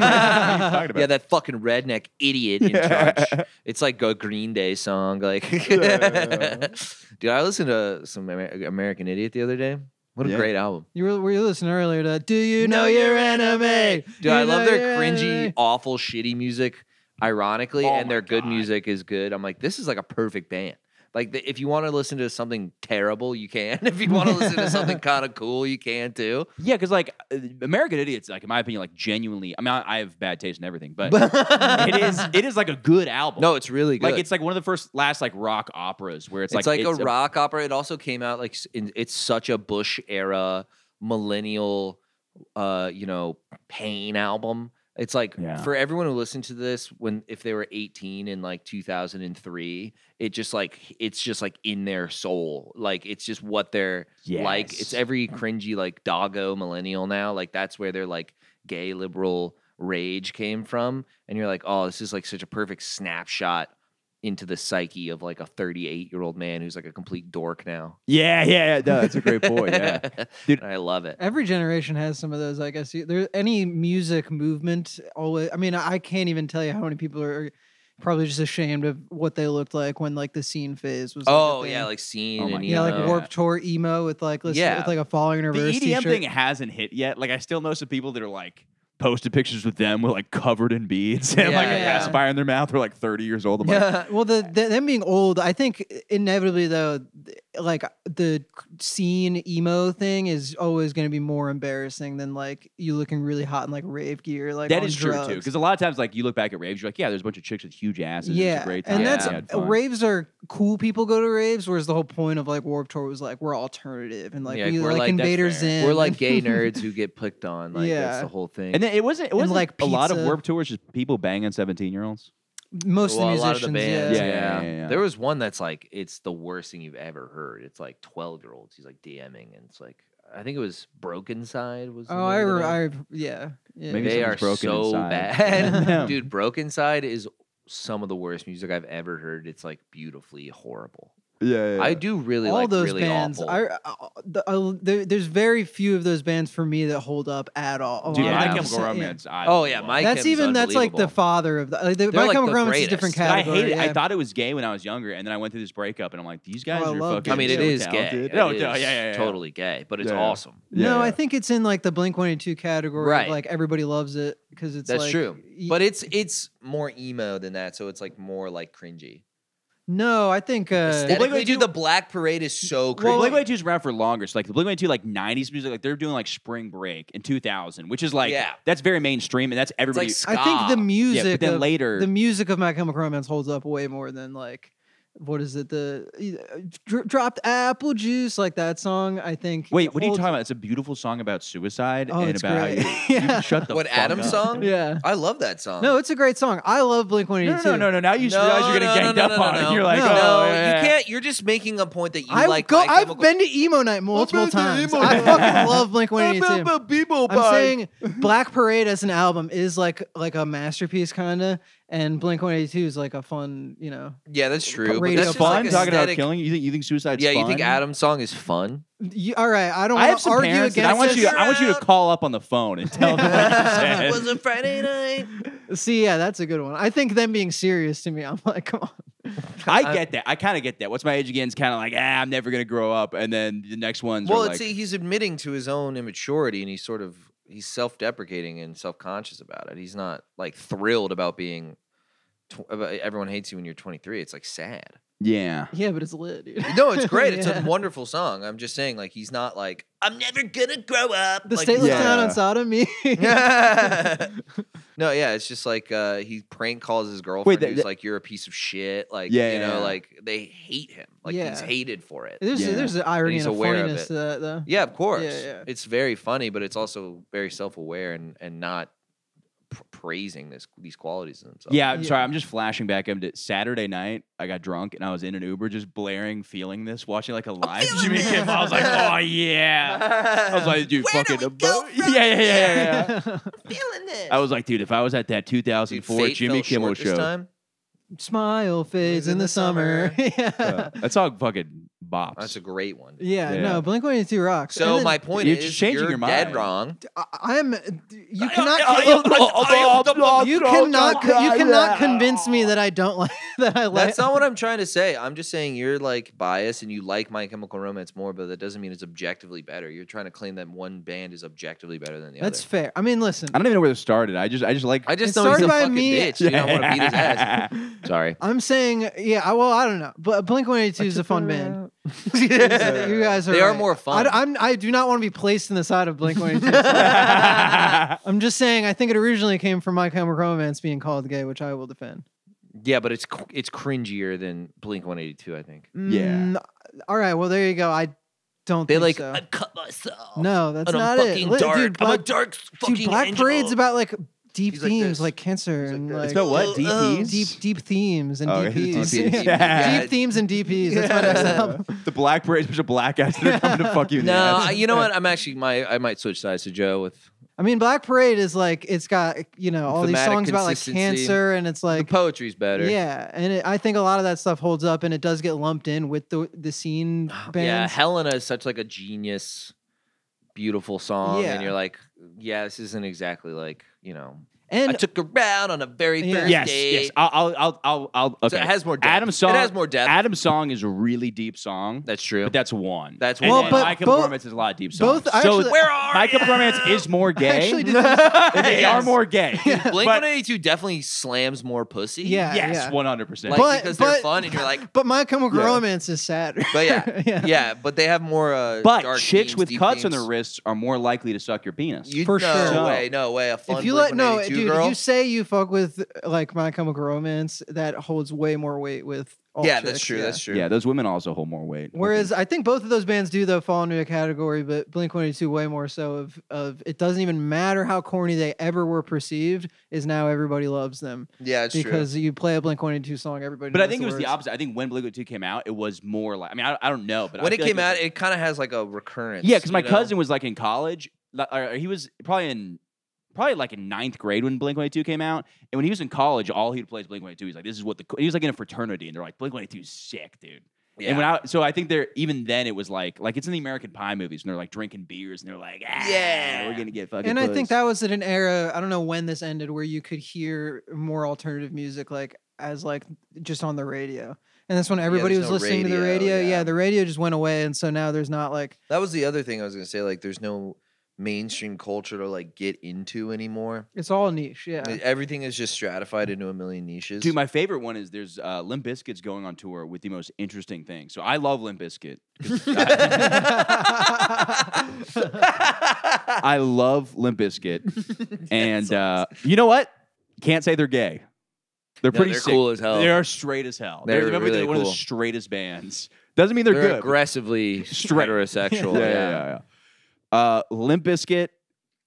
talking about?"
Yeah, that fucking redneck idiot in charge. It's like a Green Day song. Like,
yeah, yeah.
dude, I listened to some Amer- American Idiot the other day. What a
Yeah.
great album.
You were, were you listening earlier to Do You Know Your Enemy?
Dude,
Do
I
you
love
know
their
your
cringy,
enemy?
awful, shitty music, ironically,
Oh
and
my
their good
God.
music is good. I'm like, this is like a perfect band. Like, the, if you want to listen to something terrible, you can. If you want to listen to something kind of cool, you can too.
Yeah, because like uh, American Idiots, like in my opinion, like genuinely. I mean, I, I have bad taste in everything, but it is it is like a good album.
No, it's really good.
like it's like one of the first last like rock operas where it's,
it's like,
like
a rock opera. It also came out like s- in, it's such a Bush era millennial, uh, you know, pain album. It's like
Yeah.
for everyone who listened to this when if they were 18 in like 2003, it just like it's just like in their soul. Like it's just what they're like.
Yes.
It's every cringy like doggo millennial now. Like that's where they're like gay liberal rage came from and you're like oh this is like such a perfect snapshot into the psyche of like a 38 year old man who's like a complete dork now
Yeah, yeah, yeah. No, that's a great point. Yeah. Dude.
And i love it
Every generation has some of those, I guess. You- There, any music movement always. I mean, I can't even tell you how many people are probably just ashamed of what they looked like when like the scene phase was. like, a
oh yeah
thing.
like scene
Oh my
and,
yeah, like
emo.
war-
Warp Tour emo with like listen,
Yeah. E
with like a falling
The
reverse
EDM
t-shirt.
thing hasn't hit yet. Like I still know some people that are like posted pictures with them with like covered in beads and like a
Yeah.
pacifier in their mouth. They're like 30 years old. I'm like,
Yeah, well, the, the them being old, I think inevitably though, th- like the scene emo thing is always going to be more embarrassing than like you looking really hot in like rave gear. Like
that
on
is true too.
drugs.
Because a lot of times, like you look back at raves, you're like, yeah, there's a bunch of chicks with huge asses.
yeah,
it's a great time.
and that's
we had
uh,
fun.
raves are cool. People go to raves, whereas the whole point of like Warped Tour was like we're alternative and like
Yeah,
we
we're
like,
like- that's
invaders
fair.
in.
we're like gay nerds who get picked on like that's
Yeah.
the whole thing
And then it wasn't. It
And,
wasn't
like,
like a lot of
pizza.
warp tours, just people banging 17 year olds.
most
Well,
of
a
the
lot of the
musicians.
bands,
yeah.
yeah.
Yeah, yeah, yeah.
There was one that's like, it's the worst thing you've ever heard. It's like 12 year olds. He's like DMing, and it's like, I think it was Broken Side was. the
Oh, I,
name of the
re-
band.
I yeah. yeah.
Maybe
they are
something's broken
so
inside. Yeah.
bad, dude. Broken Side is some of the worst music I've ever heard. It's like beautifully horrible.
Yeah,
I do really
all
like
those
really
bands.
awful.
I, I, the, I, there, there's very few of those bands for me that hold up at all.
Dude,
Yeah.
My
Yeah.
Chemical
100%,
Romance. I
Oh, yeah,
love.
my-
That's
Chem's
even that's like the
unbelievable.
father of the. Like, the
They're,
My
like,
Chemical
the
Romance is a different
greatest.
I
category.
hated. I
yeah.
thought it was gay when I was younger, and then I went through this breakup, and I'm like, these guys
I
are
love
fucking.
gay
I mean, it
so
is
talented.
gay.
No,
It is
yeah, yeah, yeah, yeah.
totally gay, but it's
Yeah.
awesome.
no,
Yeah.
I think it's in like the Blink 182 category. Right.
Right.
Like everybody loves it because it's
That's
like,
true.
y-
But it's it's more emo than that, so it's like more like cringy.
no, I think uh,
Aesthetically,
Blink-182
dude, the Black Parade is so cringy.
Well, Blink 182 is around for longer. So, like, the Blink 182, like, 90s music, like, they're doing, like, Spring Break in 2000, which is, like,
Yeah.
that's very mainstream, and that's
it's
everybody.
like ska.
I think the music.
yeah, but then
of-
later.
the music of My Chemical Romance holds up way more than like. What is it? The uh, dr- dropped apple juice, like that song. I think.
wait, what are you
holds-
talking about? It's a beautiful song about suicide
Oh,
and
it's
about
great.
how you, you
Yeah.
can shut the
What,
fuck
Adam's
up.
song?
Yeah.
I love that song.
No, it's a great song. I love Blink
No,
182.
no, no, no, no. Now you just realize you're gonna
no, no,
ganged
no,
up on
no, no,
it.
no.
and You're like,
no,
oh,
you
yeah, yeah.
can't. You're just making a point that you
I've,
like.
go,
My
I've
Chemical-
been to emo night multiple
been to
times.
emo
I
night.
fucking love Blink 182.
Bebo
I'm saying Black Parade as an album is like like a masterpiece kinda, and Blink 182 is like a fun, you know.
Yeah, that's true. But
Radio
that's
it's
just
fun
like
talking about
aesthetic-
killing. You think you think suicide's
Yeah,
fun?
you think Adam's song is fun?
You, all right, I don't
I
want
have
to
some
argue
parents.
against
that I want you.
this.
To, I want you to call up on the phone and tell them what you said.
was a Friday night.
See, yeah, that's a good one. I think them being serious to me, I'm like, come on.
Uh,
I get that. I kind of get that. What's my age again? Is kind of like, ah, I'm never gonna grow up, and then the next ones.
Well,
are
it's e
like,
he's admitting to his own immaturity, and he's sort of he's self-deprecating and self-conscious about it. He's not like thrilled about being. Tw- about- everyone hates you when you're 23. It's like sad.
yeah.
Yeah, but it's lit, dude.
No, it's great. It's a
Yeah.
wonderful song. I'm just saying, like he's not like I'm never gonna grow up.
The
like,
state looks
Yeah.
down on sodomy.
no, yeah, it's just like uh, he prank calls his girlfriend.
that-
who's
that-
like, "You're a piece of shit." Like,
Yeah,
you
yeah,
know,
yeah.
like they hate him. Like he's
Yeah.
hated for it.
There's
Yeah.
there's an irony
he's
and a
aware of
funniness
it.
to that though.
Yeah, of course.
yeah.
It's very funny, but it's also very self-aware and and not pr- praising this these qualities in himself.
Yeah, I'm
Yeah.
sorry. I'm just flashing back up to Saturday night. I got drunk and I was in an Uber, just blaring, feeling this, watching like a live
feeling
Jimmy
this.
Kimmel. I was like, oh yeah. I was like, dude,
Where do
fucking
we
the
go
bo-
from
yeah, yeah, yeah, yeah, yeah.
feeling this.
I was like, dude, if I was at that
Dude,
2004
Fate
Jimmy
fell short
Kimmel
this
show,
time.
Smile fades in the summer. yeah.
that song fucking bops.
That's a great one.
Yeah,
Yeah.
no, Blink 182 rocks.
So
And then
my point
You're
is,
just changing
you're
your
dead
mind.
wrong.
I, I'm. You
I-
cannot.
I-
You cannot. co- You cannot convince me that I don't like that. I like.
That's not what I'm trying to say. I'm just saying you're like biased and you like My Chemical Romance more, but that doesn't mean it's objectively better. You're trying to claim that one band is objectively better than the
That's
other.
fair. I mean, listen.
I don't even know where this started. I just I just like
I just
It
know he's a
started by
fucking
me-
bitch. dude. I want to beat his ass. Sorry.
I'm saying, yeah. I- Well, I don't know, but Blink 182 is a fun band. you guys are.
They are
right.
more fun.
I, am I do not want to be placed in the side of Blink 182.
ass.
I'm just saying. I think it originally came from My Chemical Romance being called gay, which I will defend.
Yeah, but it's cr- it's cringier than Blink 182. I think
Yeah.
Mm, all right. Well, there you go. I don't.
they
think
like
so.
I cut myself.
No, that's
and
not
I'm fucking
it. Li-
dark.
Dude,
I'm a
Black,
dark fucking
dude, Black
angel.
Parade's about like deep
He's like
themes,
this. um,
like, cancer and like
It's about what? DPs?
deep deep themes and
Oh, it is
DPs.
DPs.
Yeah.
Yeah.
Deep themes and DPs. That's my next album.
the black parade was a black ass that are coming to fuck you in the
No,
ass.
I- you know what? I'm actually my I might switch sides to Joe with
I mean, Black Parade is like it's got you know all these
Thematic
songs about like
consistency.
cancer and it's
the
like
poetry's better.
yeah, and it, I think a lot of that stuff holds up and it does get lumped in with the the scene
yeah.
bands.
Helena is such like a genius, beautiful song,
Yeah.
and you're like, yeah, this isn't exactly like you know. I
and
took her out on a very
Yeah.
first
Yes,
date.
yes. I'll, I'll, I'll, I'll, I'll okay.
So it has more depth.
Adam's song.
It has more depth.
Adam's song is a really deep song,
That's true.
but that's one.
That's
and,
one.
And
Well, but
My Chemical
both-
Romance is a lot of deep songs.
both- I
so
actually-
Where are
My Chemical
ya?
Romance is more
I
gay.
actually did
they
Yes.
are more gay.
Blink
but
182 definitely slams more pussy.
Yeah.
yes, one hundred percent.
Like,
But-
because
but-
they're fun and you're like,
but My Chemical
Yeah.
Romance is sadder.
but yeah, yeah, but they have more. Uh,
But
dark
chicks
themes,
with
deep
cuts on
themes.
their wrists are more likely to suck your penis.
You,
For
no
sure.
way, no way. A fun
if you
Blink
let no,
182
dude,
girl.
if you say you fuck with like My Chemical Romance, that holds way more weight with. All
yeah,
Oh, chicks,
that's true.
yeah.
That's true. Mm-hmm.
yeah, those women also hold more weight.
Whereas I think both of those bands do though fall into a category, but Blink One Eighty Two way more so of of it doesn't even matter how corny they ever were perceived is now everybody loves them
yeah, it's true.
because you play a Blink One Eighty Two song, everybody.
But I
knows
think it was the
words.
opposite. I think when Blink 182 came out, it was more like I mean I, I don't know, but I
when it
feel like
came
was
out,
like-
it kind of has like a recurrence.
yeah, because my
you know?
cousin was like in college, li- or he was probably in probably like in ninth grade when Blink 182 came out, and when he was in college, all he'd play is Blink 182. He's like, this is what the co-" he was like in a fraternity, and they're like Blink 182 is sick, dude.
Yeah.
And when I so I think they're even then it was like like it's in the American Pie movies, and they're like drinking beers, and they're like, ah,
Yeah.
we're gonna get fucking.
And I think
pussed."
that was at an era. I don't know when this ended, where you could hear more alternative music, like as like just on the radio. And that's when everybody
Oh, there's
was
no
listening to the
radio,
radio. Yeah.
yeah.
the radio just went away, and so now there's not like
that was the other thing I was gonna say. Like, there's no mainstream culture to like get into anymore.
it's all niche. Yeah,
Everything is just stratified into a million niches.
Dude, my favorite one is there's uh, Limp Bizkit's going on tour with the most interesting thing. So I love Limp Bizkit. 'cause I, I love Limp Bizkit, and uh, you know what? Can't say they're gay. They're
No,
pretty
they're
sick.
cool as hell.
They are straight as hell. They're,
They're
remember
really
they're one of
cool.
the straightest bands. Doesn't mean they're,
They're
good.
aggressively
Straight.
heterosexual.
yeah, yeah, yeah. yeah. Uh, Limp Bizkit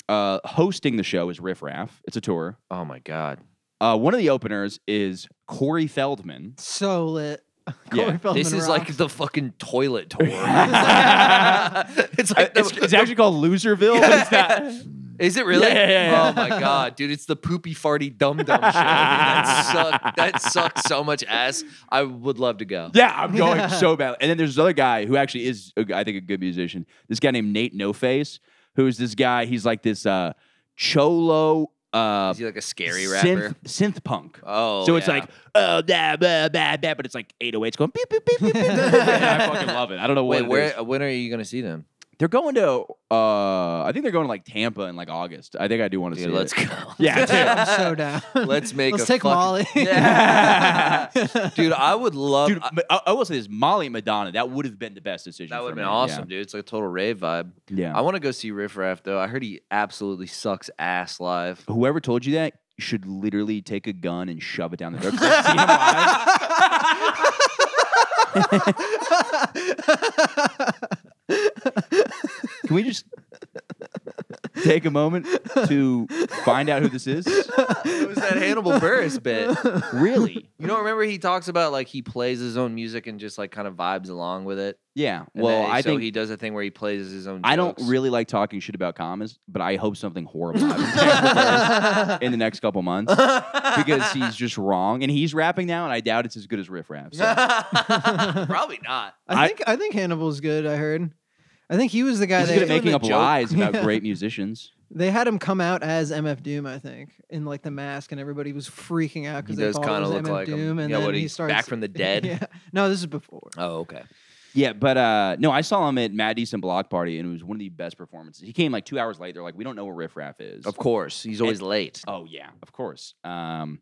uh, hosting the show is Riff Raff. It's a tour.
Oh my god.
Uh, one of the openers is Corey Feldman.
so lit.
Yeah,
Corey Feldman
This is
rocks.
like the fucking toilet tour. it's
Uh,
like the-
It's, it's actually called Loserville. but it's not-
Is it really?
Yeah, yeah, yeah, yeah.
Oh my god, dude! It's the poopy farty dum dum show. dude. That sucked. That sucks so much ass. I would love to go.
Yeah, I'm going so bad. And then there's this other guy who actually is, a g- I think, a good musician. This guy named Nate No Face, who's this guy. He's like this uh, cholo uh,
Is he like a scary rapper?
synth, synth punk.
Oh,
so it's
yeah.
like oh blah, blah, blah, blah, but it's like 808s going beep beep beep beep. beep. And I fucking love it. I don't know what
wait,
it
where?
is.
When are you gonna see them?
uh, they're going to. Uh, I think they're going to like Tampa in like August. I think I do want to
Dude,
see.
let's
it.
go.
Yeah, dude.
I'm so down.
Let's make.
Let's
a
take
fucking-
Molly.
Yeah. dude, I would love.
Dude,
I-
but I, I will say this: Molly and Madonna. That would have been the best decision.
that
for
would have
me.
been awesome, dude. It's like a total rave vibe.
Yeah. yeah.
I want to go see Riff Raff though. I heard he absolutely sucks ass live.
Whoever told you that should literally take a gun and shove it down their throat. 'cause I've seen him live. Can we just take a moment to find out who this is?
It was
that Hannibal Burris bit. Really? You don't remember he talks about like he plays his own music and just like kind of vibes along with it.
Yeah.
And
well,
then-
I
so
think
he does a thing where he plays his own.
I don't
jokes.
really like talking shit about commas, but I hope something horrible happens in the next couple months because he's just wrong and he's rapping now, and I doubt it's as good as riff rap. So.
Probably not.
I
I-
think I think Hannibal's good. I heard. I think he was the guy
He's
that
good at making
a
up
joke.
lies about
Yeah.
great musicians.
they had him come out as MF Doom. I think in like the mask, and everybody was freaking out
He
because they
does
thought
kind
it
of
was
look
MF
like
Doom.
him.
And
yeah,
then
what
he
he's
starts
back from the dead.
Yeah, no, this is before.
Oh, okay.
Yeah, but uh, no, I saw him at Matt Decent Block Party, and it was one of the best performances. He came like two hours late. They're like, we don't know where riff raff is.
Of course, he's always late.
Oh yeah, of course. Um,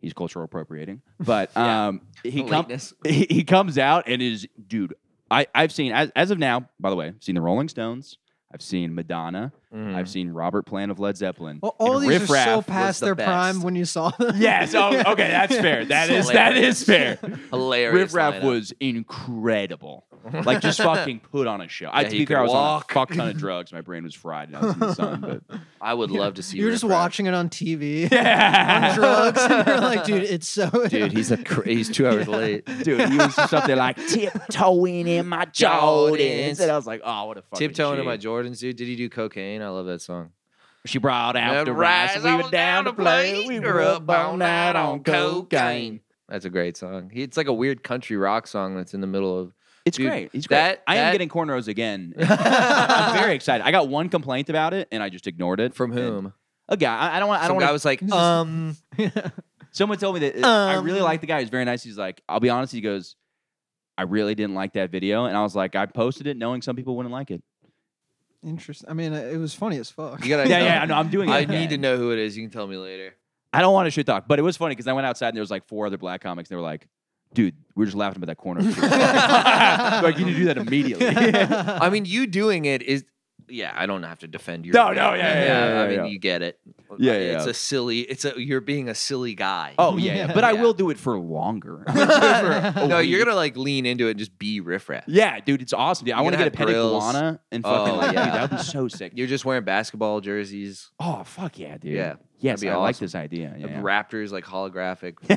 he's cultural appropriating, but
Yeah.
um, he com-
Lateness.
he he comes out and is dude. I I've seen as as of now. By the way, I've seen the Rolling Stones. I've seen Madonna.
Mm.
I've seen Robert Plant of Led Zeppelin.
Well, Oh, all
and
these
Riff
are so
Raff
past
the
their prime
best.
when you saw them.
Yes. Oh,
Yeah.
okay. That's fair. That
So
is that is fair.
Hilarious.
Riff Raff
lineup.
was incredible. Like just fucking put on a show. I
Yeah,
to
he
be fair, I
could
was on
walk.
a fuck ton of drugs. My brain was fried and I was in the sun. But
I would love to see.
You're
Riff
just
Raff.
watching it on TV.
yeah,
on drugs, and you're like, dude, it's so.
Dude, he's a cra- he's two hours late.
dude. He was just up there like tiptoeing in my Jordans,
Jordans.
and I was like, oh, what a fucking
Tiptoeing in my
G.
Jordans, dude. Did he do cocaine? I love that song.
She brought out
Now
the
rise,
rice. and
I
We
was
were down to play. We were up all night on cocaine.
That's a great song. He- It's like a weird country rock song that's in the middle of.
It's
Dude,
great. It's great.
that-
I am
that-
getting cornrows again. I'm very excited. I got one complaint about it, and I just ignored it.
From
And
whom?
A guy. I, I don't want. I
Some
don't
guy
want.
was like, um,
Someone told me that uh, I really like the guy. He's very nice. He's like, I'll be honest. He goes, I really didn't like that video, and I was like, I posted it knowing some people wouldn't like it.
Interesting. I mean, it was funny as fuck.
you gotta.
Yeah, yeah. I know. I'm doing it.
I need to know who it is. You can tell me later.
I don't want to shit talk, but it was funny because I went outside and there was like four other black comics. And they were like, "Dude, we were just laughing about that corner." like you need to do that immediately.
I mean, you doing it is. Yeah, I don't have to defend your.
No, no, yeah, yeah, yeah,
I
yeah, yeah.
mean, you get it.
Yeah,
It's
yeah.
a silly. It's a. You're being a silly guy.
oh yeah, yeah, but I
Yeah.
will do it for longer. I'm gonna do it for a
no,
week.
you're gonna like lean into it and just be riffraff.
Yeah, dude, it's awesome. Dude, I
You're
want to get
gonna
a pet
have grills.
iguana and fucking
Oh,
like,
yeah.
dude, that would be so sick.
You're just wearing basketball jerseys.
oh fuck yeah, dude.
Yeah,
Yes,
that'd be
I like
awesome.
this idea.
of
Yeah.
Raptors like holographic.
yeah.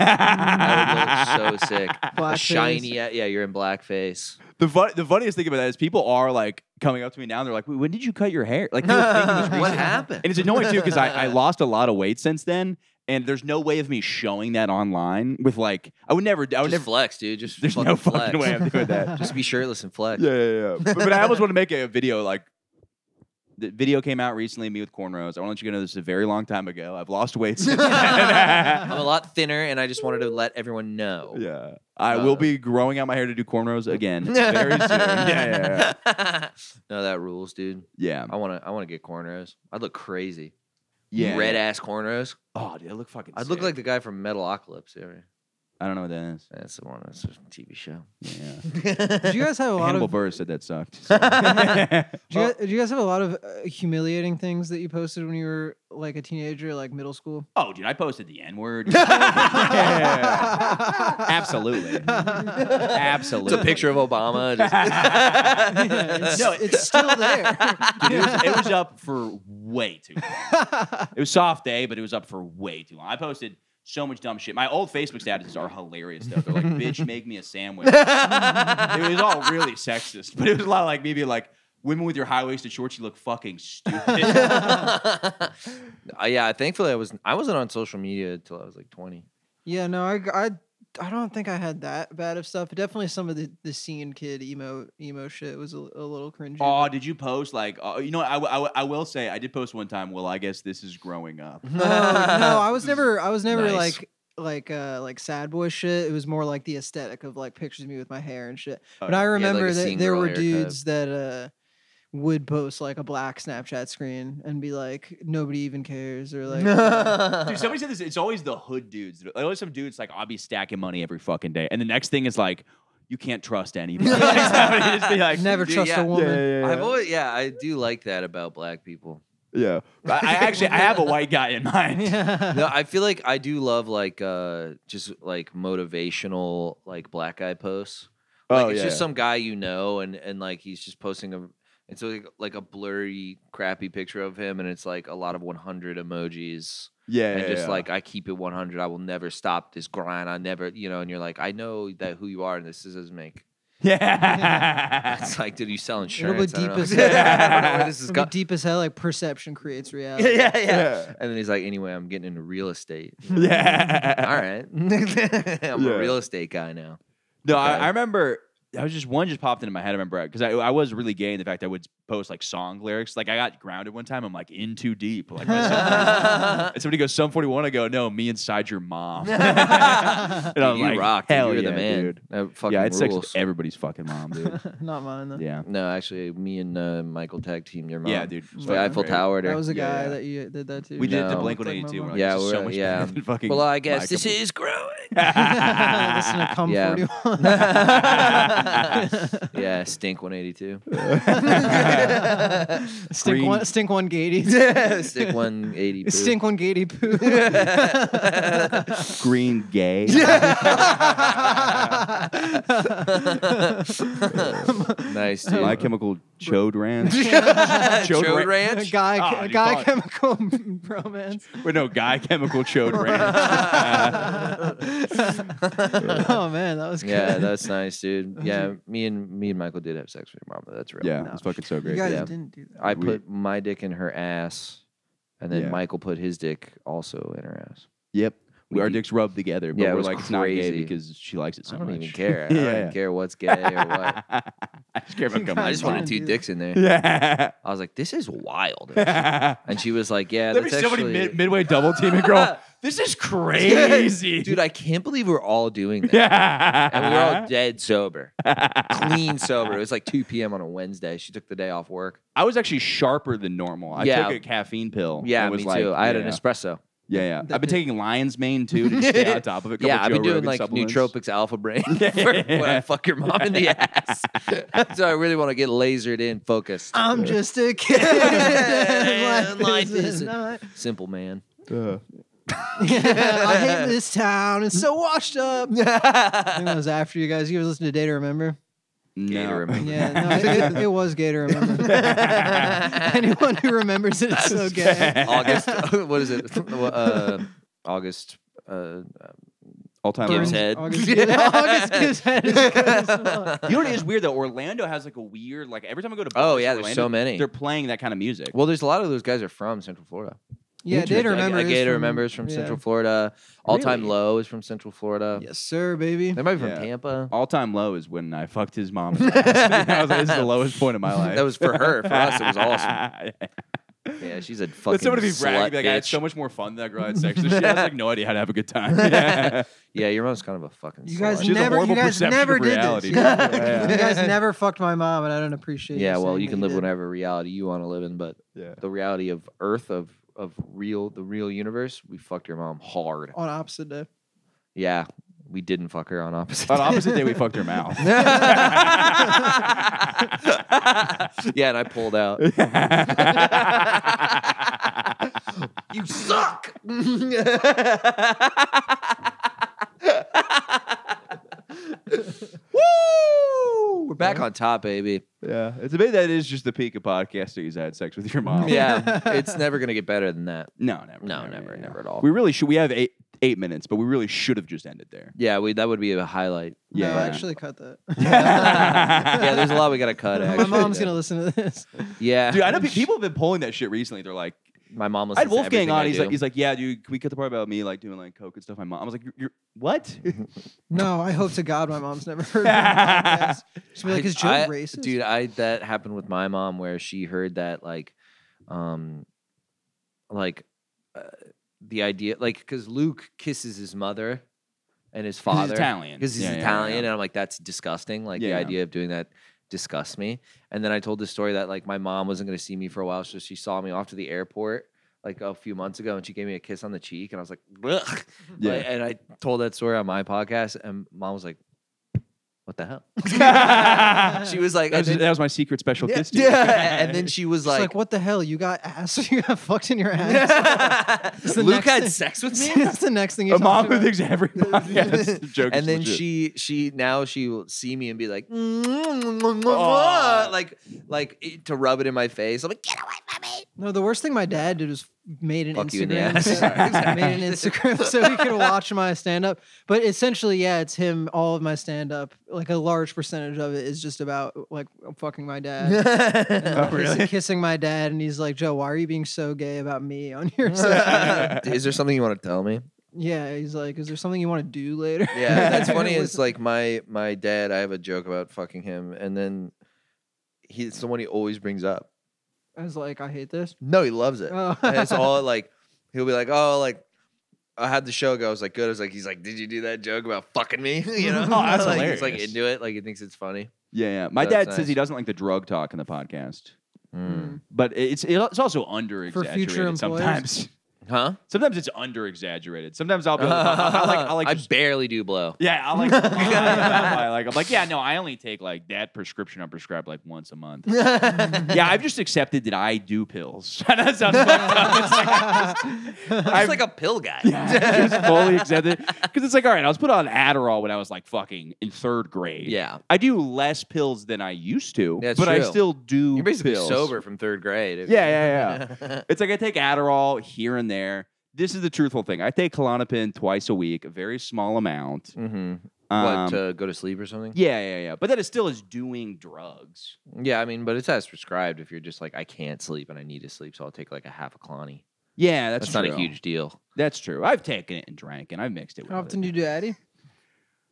that would look so sick. A
Blackface.
shiny. Yeah, yeah, you're in blackface.
The fun, the funniest thing about that is people are like coming up to me now and they're like, "Wait, "When did you cut your hair?" Like, they were thinking this
what
recently.
happened?
And it's annoying too because I, I lost a lot of weight since then, and there's no way of me showing that online with like I would never, I would
Just
never.
flex, dude. Just
There's no
flex.
fucking way I'm doing that.
Just be shirtless and flex.
yeah, yeah, yeah. But, but I almost want to make a video like. The video came out recently, me with cornrows. I want to let you know this is a very long time ago. I've lost weight since then.
I'm a lot thinner, and I just wanted to let everyone know.
yeah. I
Uh,
will be growing out my hair to do cornrows again very soon. Yeah, yeah, yeah.
no, that rules, dude.
yeah.
I want to. I want to get cornrows. I'd look crazy.
yeah.
Red ass cornrows.
Oh, dude, I look fucking
I'd look
sick.
like the guy from Metalocalypse. Yeah,
I don't know what that is.
That's the one. That's a TV show.
Yeah.
Did you guys have a lot
Hannibal
of?
Burris said that sucked.
Did you, guys, did you guys have a lot of uh, humiliating things that you posted when you were like a teenager, like middle school?
Oh, dude, I posted the N word. Absolutely.
Absolutely.
Absolutely.
It's a picture of Obama. Just
it's,
No,
it's still there.
Dude, it, was, it was up for way too long. It was soft day, but it was up for way too long. I posted so much dumb shit. My old Facebook statuses are hilarious, though. They're like, bitch, make me a sandwich. it was all really sexist, but it was a lot like maybe like women with your high waisted shorts, you look fucking stupid.
Uh, yeah, thankfully I was I wasn't on social media until I was like 20.
yeah, no, I, I, I don't think I had that bad of stuff. But definitely some of the, the scene kid emo emo shit was a, a little cringy.
Oh, did you post like? Uh, you know, what, I, w- I, w- I will say I did post one time. Well, I guess this is growing up.
no, no, I was never, I was never
Nice.
like like uh like sad boy shit. It was more like the aesthetic of like pictures of me with my hair and shit. But
Oh, yeah,
I
like a
remember that
scene
there
girl
were
haircut.
dudes that uh would post like a black Snapchat screen and be like, nobody even cares or like.
Dude, somebody said this. It's always the hood dudes. that- Always some dudes like I'll be stacking money every fucking day, and the next thing is like you can't trust anybody. Like, somebody just be like,
Never
dude,
trust
yeah.
a woman.
I've always yeah, I do like that about black people.
yeah. I, I actually I have a white guy in mind.
No, I feel like I do love like uh just like motivational like black guy posts.
Oh,
Like it's just some guy you know and and like he's just posting a it's like like a blurry crappy picture of him and it's like a lot of 100 emojis
Yeah,
and
yeah,
just
yeah.
like I keep it 100. I will never stop this grind. I never, you know. And you're like, I know that who you are, and this doesn't make.
Yeah.
It's like, dude, you sell
It'll be
insurance? I
deep
don't know.
as
I don't know where
hell.
this is
It'll
going.
be deep as hell. Like perception creates reality.
Yeah, yeah, yeah.
yeah.
And then he's like, anyway, I'm getting into real estate.
Yeah.
All right, I'm
Yeah.
a real estate guy now.
No, I,
Okay.
I remember. I was just one just popped into my head. I remember because I, I was really gay in the fact I would post like song lyrics. Like I got grounded one time. I'm like in too deep. Like my song- and somebody goes Sum 41. I go no, me inside your mom. and
Dude,
I'm
you
like,
rock. dude.
Hell
You're
yeah,
the man.
dude.
That fucking
yeah, I had sex
rules.
with everybody's fucking mom, dude.
Not mine though.
yeah,
no, actually, me and uh, Michael tag team your mom.
yeah, dude. It's
We
fucking
Eiffel
great.
Towered
That
her.
was a
Yeah,
guy
yeah.
that you did that too.
We did the
No.
Blink 182. We're like,
Yeah,
this is so
we're-
much
yeah.
better than fucking
well, I guess this
Michael.
is growing.
Listen to Come
Yeah.
41.
yeah, Stink 182.
Stink
Green-
one, stink one, Gady.
Stink 180. boo.
Stink one, Gady poo.
Green gay.
nice, dude.
My Chemical Chode Ranch.
Chode
Ra-
Ranch.
guy,
Ah, you
guy,
thought-
chemical romance.
Wait, no, Guy Chemical Chode Ranch.
Oh man, that was good.
Yeah, that's nice, dude. Yeah, me and me and Michael did have sex with your mom. but That's real.
yeah, it's fucking so
you
great.
guys
yeah.
didn't do that.
I
We-
put my dick in her ass, and then
Yeah.
Michael put his dick also in her ass.
Yep.
We
our
d-
dicks rubbed together, but
Yeah, it
we're
was
like, it's not gay
crazy.
because she likes it so
I don't
much.
even care. I
Yeah.
don't even care what's gay or what.
I just care about
You
coming.
I
guys
just
Come
wanted
on,
two
dude.
dicks in there.
Yeah.
I was like, this is wild.
There'd
And she was like, yeah,
be
that's
somebody
actually.
mid- midway double teaming girl. This is crazy.
Dude, I can't believe we're all doing that.
yeah.
And we were
Uh-huh.
all dead sober, clean sober. It was like 2 p.m. on a Wednesday. She took the day off work.
I was actually sharper than normal. I
Yeah.
took a caffeine pill.
Yeah,
and was
me
like,
too. I had
yeah,
an espresso.
Yeah, yeah.
The
I've been
pit-
taking lion's mane too to just stay on top of it.
yeah,
Couple
I've been
Joe
doing
Rogan
like
supplements.
nootropics alpha brain for when I fuck your mom in the ass. so I really want to get lasered in, focused.
I'm just a kid.
And life
and life is
isn't-
not.
Simple man.
I hate this town. It's so washed up. I think that was after you guys. You guys listened to Data Remember?
Gay to
No.
remember.
Yeah, no, it, it- it was Gay to Remember. Anyone who remembers it is so gay.
August. what is it? Uh, August. Uh,
All time.
Gibbs
low.
head.
August, August gives head. is good.
You know what is weird though? Orlando has like a weird like every time I go to
Oh,
bars
yeah,
in
there's
Orlando,
so many.
They're playing that kind of music.
well, there's a lot of those guys are from Central Florida.
Yeah, Data
Like,
Remember.
uh,
is
Gator
from,
remember is from
yeah.
Central Florida. All time
Really?
low is from Central Florida.
Yes, sir, baby.
They might be from
Yeah.
Tampa.
All time low is when I fucked his mom. I was like, this is the lowest point of my life.
That was for her. For us, it was awesome.
Yeah.
Yeah, she's a fucking.
But somebody be bragging,
slut
be like, I had
bitch.
so much more fun than that girl I had sex with. She has like no idea how to have a good time. Yeah.
Yeah, your mom's kind of a fucking.
You guys
slut.
She has a
never, you
horrible
guys
perception
never
of
did
reality,
this.
dude.
Yeah.
Yeah.
You guys never fucked my mom, and I don't appreciate.
Yeah,
you
well,
saying
you
that
can live
did.
whatever reality you want to live in, but
Yeah.
the reality of Earth of of real the real universe, we fucked your mom hard.
on opposite day.
Yeah, we didn't fuck her on opposite.
On
day.
opposite day, we fucked her mouth.
yeah, and I pulled out. you suck. Woo! We're back on top, baby.
yeah, it's amazing that is just the peak of podcasting. Is I had sex with your mom.
Yeah, it's never gonna get better than that.
No, never.
No, never, never at all.
We really should. We have eight eight minutes, but we really should have just ended there.
Yeah, we that would be a highlight.
Yeah,
Yeah.
no, actually, cut that.
yeah, there's a lot we gotta cut.
my
Actually,
mom's
yeah.
gonna listen to this.
Yeah,
Dude, I know pe- people have been pulling that shit recently. They're like,
My
I
mom listens
had
to
Wolfgang
everything
on.
I
He's
do.
like, he's like, yeah, dude. Can we cut the part about me like doing like coke and stuff? My mom. I was like, you're, you're what?
No, I hope to God my mom's never heard. Of She'll be like,
I-
"Is Joe
I-
racist?"
Dude, I that happened with my mom where she heard that like, um, like, uh, the idea like because Luke kisses his mother and his father
Italian.
because he's
Yeah, yeah, yeah.
Italian, and I'm like, that's disgusting. Like the
Yeah.
idea of doing that disgusts me. And then I told this story that like my mom wasn't going to see me for a while, so she saw me off to the airport like a few months ago, and she gave me a kiss on the cheek, and I was like, Ugh.
Yeah.
Like, and I told that story on my podcast, and mom was like, "What the hell?" she was like,
That was,
and
that
then,
was my secret special
yeah,
kiss. to you.
yeah, and then she was
She's like,
like,
"What the hell? You got ass? You got fucked in your ass?" It's the
Luke
next
had
thing-
sex with me.
That's the next thing you
a
talk
mom who
about.
thinks every podcast joke.
and
is
then
legit.
she she now she will see me and be like "Mm, like like it- to rub it in my face i'm like get away from me
No, the worst thing my dad did was made an
Fuck you in the
Instagram.
ass.
so-
Sorry.
made an Instagram so he could watch my stand up. But essentially, yeah, it's him. All of my stand up, like a large percentage of it, is just about like fucking my dad. and, like,
oh,
kiss- Kissing my dad, and he's like, "Joe, why are you being so gay about me on your social?"
Is there something you want to tell me?
yeah, he's like, "Is there something you want to do later?"
Yeah, that's funny.
It
Is like my my dad. I have a joke about fucking him, and then he's someone he always brings up.
was- I was like, "I hate this."
No, he loves it.
Oh.
and it's all like he'll be like, "Oh, like I had the show go." I was like, "Good." I was like, "He's like, did you do that joke about fucking me?" you know,
Oh, that's
like, He's like
hilarious.
into it. Like he thinks it's funny.
Yeah, yeah. My
That's
dad says he
nice.
doesn't like the drug talk in the podcast,
Hmm.
Mm.
but it's it's also under
For
exaggerated
future employers?
sometimes.
Mm. Huh?
Sometimes it's under exaggerated. Sometimes I'll be like, I like, I like,
I barely do blow.
yeah, I like, I like, I'm like, yeah, no, I only take like that prescription I'm prescribed like once a month. yeah, I've just accepted that I do pills. that sounds fucked up. It's like, I just-
He's
I've-
like a pill guy.
yeah, just fully accepted because it's like, all right, I was put on Adderall when I was like fucking in third grade.
Yeah.
I do less pills than I used to,
That's
but I
true.
still do.
You're basically
pills.
sober from third grade.
Yeah, yeah, It's like I take Adderall here and there. This is the truthful thing. I take Klonopin twice a week, a very small amount.
mm-hmm.
Um,
what to go to sleep or something?
yeah, yeah, yeah. But that is still is doing drugs.
Yeah, I mean, but it's as prescribed. If you're just like, I can't sleep and I need to sleep, so I'll take like a half a clonny.
Yeah, that's,
That's, not a
true.
huge deal.
That's true. I've taken it and drank, and I've mixed it. With
How often
it.
do you do Addy?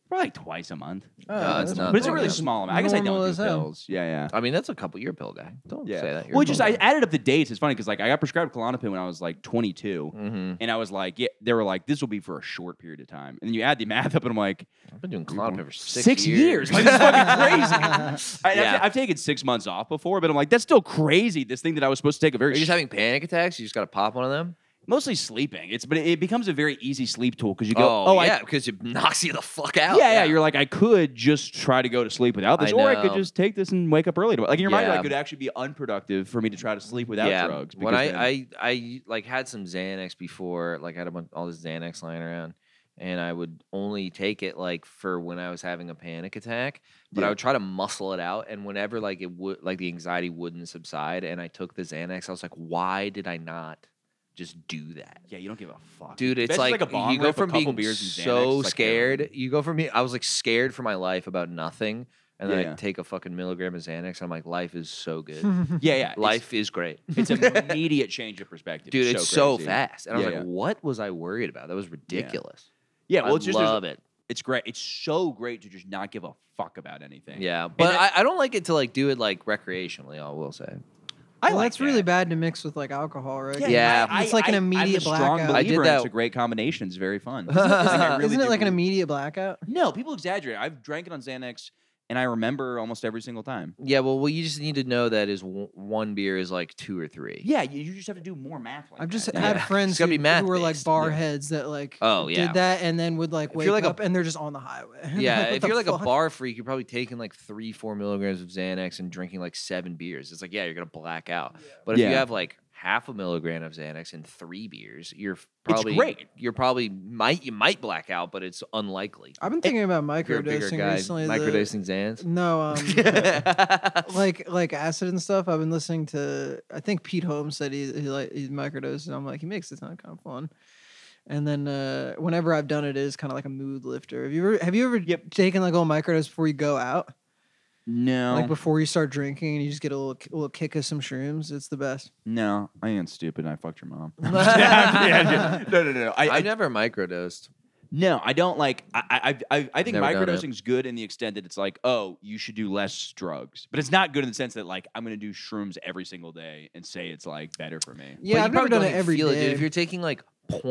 Probably like twice a month.
No, it's not
but it's a
that
really
bad.
small amount. I guess I
Normal
don't
as
do
hell.
pills. Yeah, yeah.
I mean, that's a couple. You're a pill guy. Don't
Yeah.
say that. You're
well,
a
just I added up the dates. It's funny because like I got prescribed Klonopin when I was like 22,
mm-hmm.
and I was like, yeah, they were like, this will be for a short period of time, and you add the math up, and I'm like,
I've been doing Klonopin for six,
years. Like, that's fucking crazy. I,
Yeah.
have taken six months off before, but I'm like, that's still crazy. This thing that I was supposed to take a
Are
very
you just
sh-
having panic attacks? You just got to pop one of them?
mostly sleeping. It's but it, it becomes a very easy sleep tool because you go,
oh,
oh,
yeah, because it knocks you the fuck
I,
out.
yeah, yeah, You're like, I could just try to go to sleep without this,
I
or I could
know.
just take this and wake up early. tomorrow. Like in your mind, you're
Yeah.
like, it could actually be unproductive for me to try to sleep without drugs.
When
because then-
I, I I like had some Xanax before, like I had a bunch, all this Xanax lying around, and I would only take it like for when I was having a panic attack. But I
Yeah.
would try to muscle it out, and whenever like it would like the anxiety wouldn't subside, and I took the Xanax, I was like, why did I not just do that?
yeah, you don't give a fuck,
Dude, it's
Especially,
like,
a bong
you go
rip, a
from
couple
being
beers and Xanax,
so
it's like heroin.
scared. You go from being, I was like scared for my life about nothing, and then
Yeah.
I take a fucking milligram of Xanax, and I'm like, life is so good.
Yeah, yeah, it's-
life is great.
It's an immediate change of perspective,
dude.
It's
it's so
crazy.
fast, and I was
Yeah,
like,
yeah.
"What was I worried about? That was ridiculous."
Yeah, well,
I
it's just there's-
love it.
it's great. It's so great to just not give a fuck about anything.
Yeah, but
I-
I, I don't like it to like do it like recreationally. I will say,
I
well,
like
that's really
that.
bad to mix with like alcohol, right?
Yeah, Yeah.
it's like an immediate blackout.
I did
in
that-
It's a great combination. It's very fun.
Isn't it like an immediate blackout?
No, people exaggerate. I've drank it on Xanax, and I remember almost every single time.
yeah. Well, well, you just need to know that is w- one beer is like two or three.
Yeah, you, you just have to do more math. Like
I've just
that.
Yeah.
had
It's
friends who,
gotta be
who were like
math-based.
bar
Yeah.
heads that like
Oh, yeah.
did that and then would like
If you're like
wake
a-
up and they're just on the highway.
Yeah,
What
if
the
you're like a
fuck?
bar freak, you're probably taking like three, four milligrams of Xanax and drinking like seven beers. It's like, yeah, you're gonna black out. But if you
Yeah.
have like half a milligram of Xanax and three beers, you're f- probably
great.
You're probably might you might black out, but it's unlikely.
I've been thinking about
If you're a bigger
microdosing
guy,
recently. the-
microdosing Xans.
No, um,
yeah,
like like acid and stuff. I've been listening to. I think Pete Holmes said he, he like he microdoses. And I'm like he makes it sound kind of fun. And then uh, whenever I've done it, it is kind of like a mood lifter. Have you ever have you ever taken like a little microdose before you go out?
no,
Like before you start drinking, and you just get a little a little kick of some shrooms. It's the best.
no, I ain't stupid. I fucked your mom. Yeah, yeah. No, no, no, no. I, I
I've never microdosed.
No, I don't like. I I I, I think
Never done it.
microdosing is good in the extent that it's like, oh, you should do less drugs, but it's not good in the sense that like I'm going to do shrooms every single day and say it's like better for me.
But
Yeah,
you
I've never
probably
done
don't
it
even
every
feel
day.
dude. If you're taking like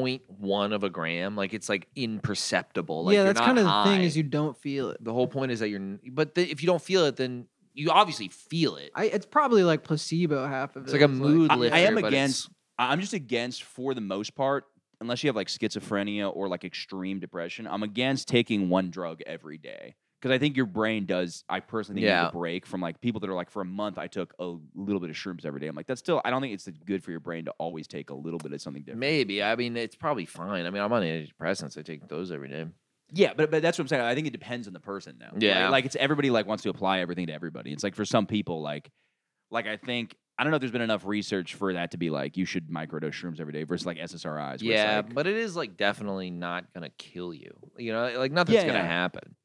0.1 of a gram, like it's like imperceptible. Like,
yeah,
you're
that's
not
kind of the thing
high.
is you don't feel it.
the whole point is that you're. n- But the, if you don't feel it, then you obviously feel it.
I it's probably like placebo half of it.
It's like a
is
mood
I,
lifter.
I am
but it's-
against. I- I'm just against for the most part, unless you have like schizophrenia or like extreme depression. I'm against taking one drug every day because I think your brain does. I personally think you need
Yeah.
a break from like people that are like for a month. I took a little bit of shrooms every day. I'm like that's still. I don't think it's good for your brain to always take a little bit of something different.
Maybe. I mean, it's probably fine. I mean, I'm on antidepressants. I take those every day.
Yeah, but but that's what I'm saying. I think it depends on the person though. right?
Yeah.
Like it's everybody like wants to apply everything to everybody. It's like for some people, like like I think I don't know if there's been enough research for that to be like you should microdose shrooms every day versus like SSRIs. where it's
yeah,
like-
but it is like definitely not gonna kill you. You know, like nothing's
Yeah,
gonna
yeah.
happen.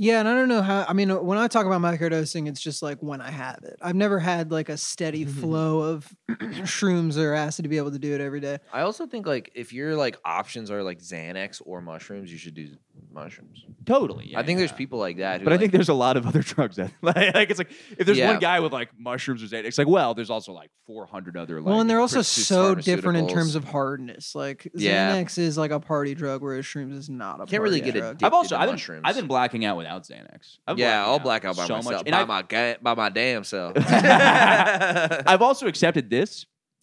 Yeah, and I don't know how. I mean, when I talk about microdosing, it's just like when I have it. I've never had like a steady
Mm-hmm.
flow of shrooms or acid to be able to do it every day.
I also think like if your like options are like Xanax or mushrooms, you should do mushrooms.
totally.
I think there's
yeah.
people like that. Who,
But I think
like-
there's a lot of other drugs that like, it's like if there's
Yeah.
one guy with like mushrooms or Xanax, it's like well, there's also like 400 other. Like,
well, and they're also
Christmas
so different in terms
pharmaceuticals.
of hardness. Like
Yeah.
Xanax is like a party drug, whereas shrooms is not a.
Can't really
party
get a
drug.
dick-
I've also
addicted to
I've been,
mushrooms.
I've been blacking out without Xanax. I've been
yeah,
blacking
I'll black out by
so
myself,
much. And
by
I've-
my ga- by my damn self.
I've also accepted this.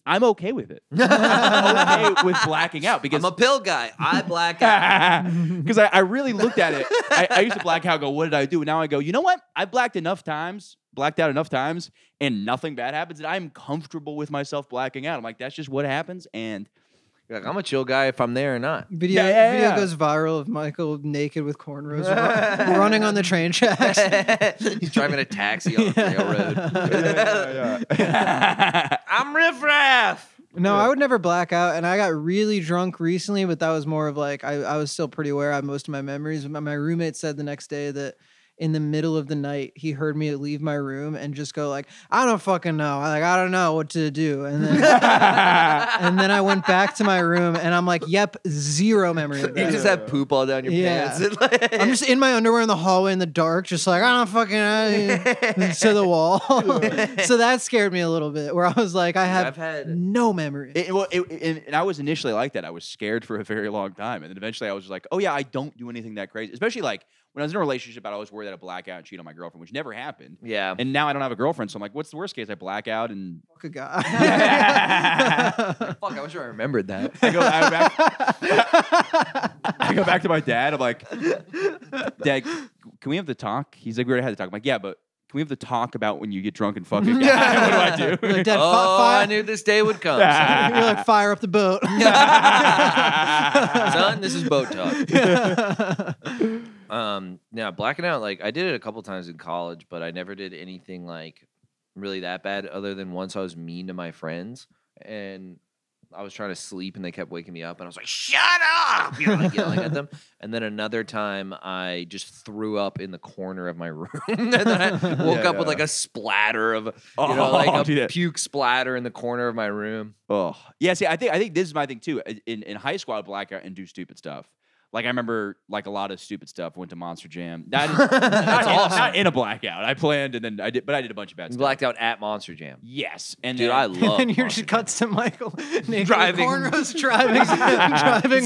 I'm okay with it. I'm okay with blacking out because
I'm a pill guy. I black out.
because I, I really looked at it. I, I used to black out, and go, what did I do? And now I go, you know what? I blacked enough times, blacked out enough times, and nothing bad happens. And I'm comfortable with myself blacking out. I'm like, that's just what happens. And
You're like I'm a chill guy if I'm there or not.
Video
Yeah, yeah,
video
yeah.
goes viral of Michael naked with cornrows ru- running on the train tracks.
He's driving a taxi on a railroad. I'm riffraff.
No, I would never black out, and I got really drunk recently, but that was more of like I, I was still pretty aware of most of my memories. But my roommate said the next day that in the middle of the night he heard me leave my room and just go like I don't fucking know, like I don't know what to do, and then and then I went back to my room and I'm like, yep, zero memory. Of
You
that.
just have poop all down your
Yeah.
pants. and, like-
I'm just in my underwear in the hallway in the dark, just like I don't fucking know," to the wall. so that scared me a little bit, where I was like, I have
I've had-
no memory.
It, well, it, and, and I was initially like that. I was scared for a very long time, and then eventually I was just like, "Oh yeah, I don't do anything that crazy." Especially like when I was in a relationship, I always worried that I black out and cheat on my girlfriend, which never happened.
yeah.
And now I don't have a girlfriend, so I'm like, "What's the worst case? I black out and
Fuck a guy.
Fuck, I wish I remembered that.
I go, I, back, I go back to my dad. I'm like, Dad, can we have the talk? He's like, We already had the talk. I'm like, Yeah, but can we have the talk about when you get drunk and fuck a guy? what do I do?
You're like, Dad, fi-
oh,
fi-
I knew this day would come. son.
You're like, fire up the boat.
Son, this is boat talk. um, now blacking out, like I did it a couple times in college, but I never did anything like really that bad. Other than once I was mean to my friends, and I was trying to sleep, and they kept waking me up, and I was like, "Shut up!" You know, like yelling at them. And then another time, I just threw up in the corner of my room, and then I woke
Yeah,
up with
yeah.
like a splatter of, you
Oh,
know, like um, a
dude, that-
puke splatter in the corner of my room.
Oh yeah, see, I think I think this is my thing too. I- In in high school, I black out and do stupid stuff. Like I remember, like a lot of stupid stuff. Went to Monster Jam. Not, not, in, not in a blackout. I planned and then I did, but I did a bunch of bad
You
stuff.
blacked out at Monster Jam.
Yes, and
Dude,
then,
I
and
love.
then you're
Monster
just cuts to Michael naked with
Driving.
cornrows driving,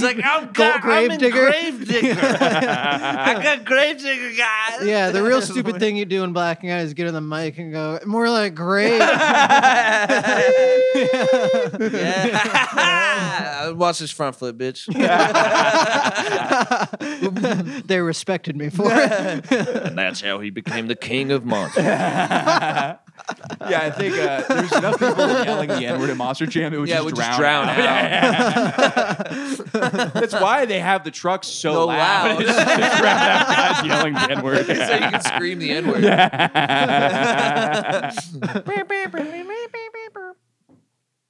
driving.
"Oh,
oh,
Gold grave digger.
I got grave digger, guys.
Yeah, the real stupid thing you do in black and out is get on the mic and go more like great.
Yeah. Watch this front flip, bitch.
they respected me for it.
and that's how he became the king of monsters.
yeah, I think uh, there's enough people yelling the N word at Monster Jam. It would
Yeah, it
just
would
drown
just drown
out.
out.
That's why they have the trucks so,
So
loud.
loud.
It's just to drown out guys yelling the N word.
so you can scream the N word.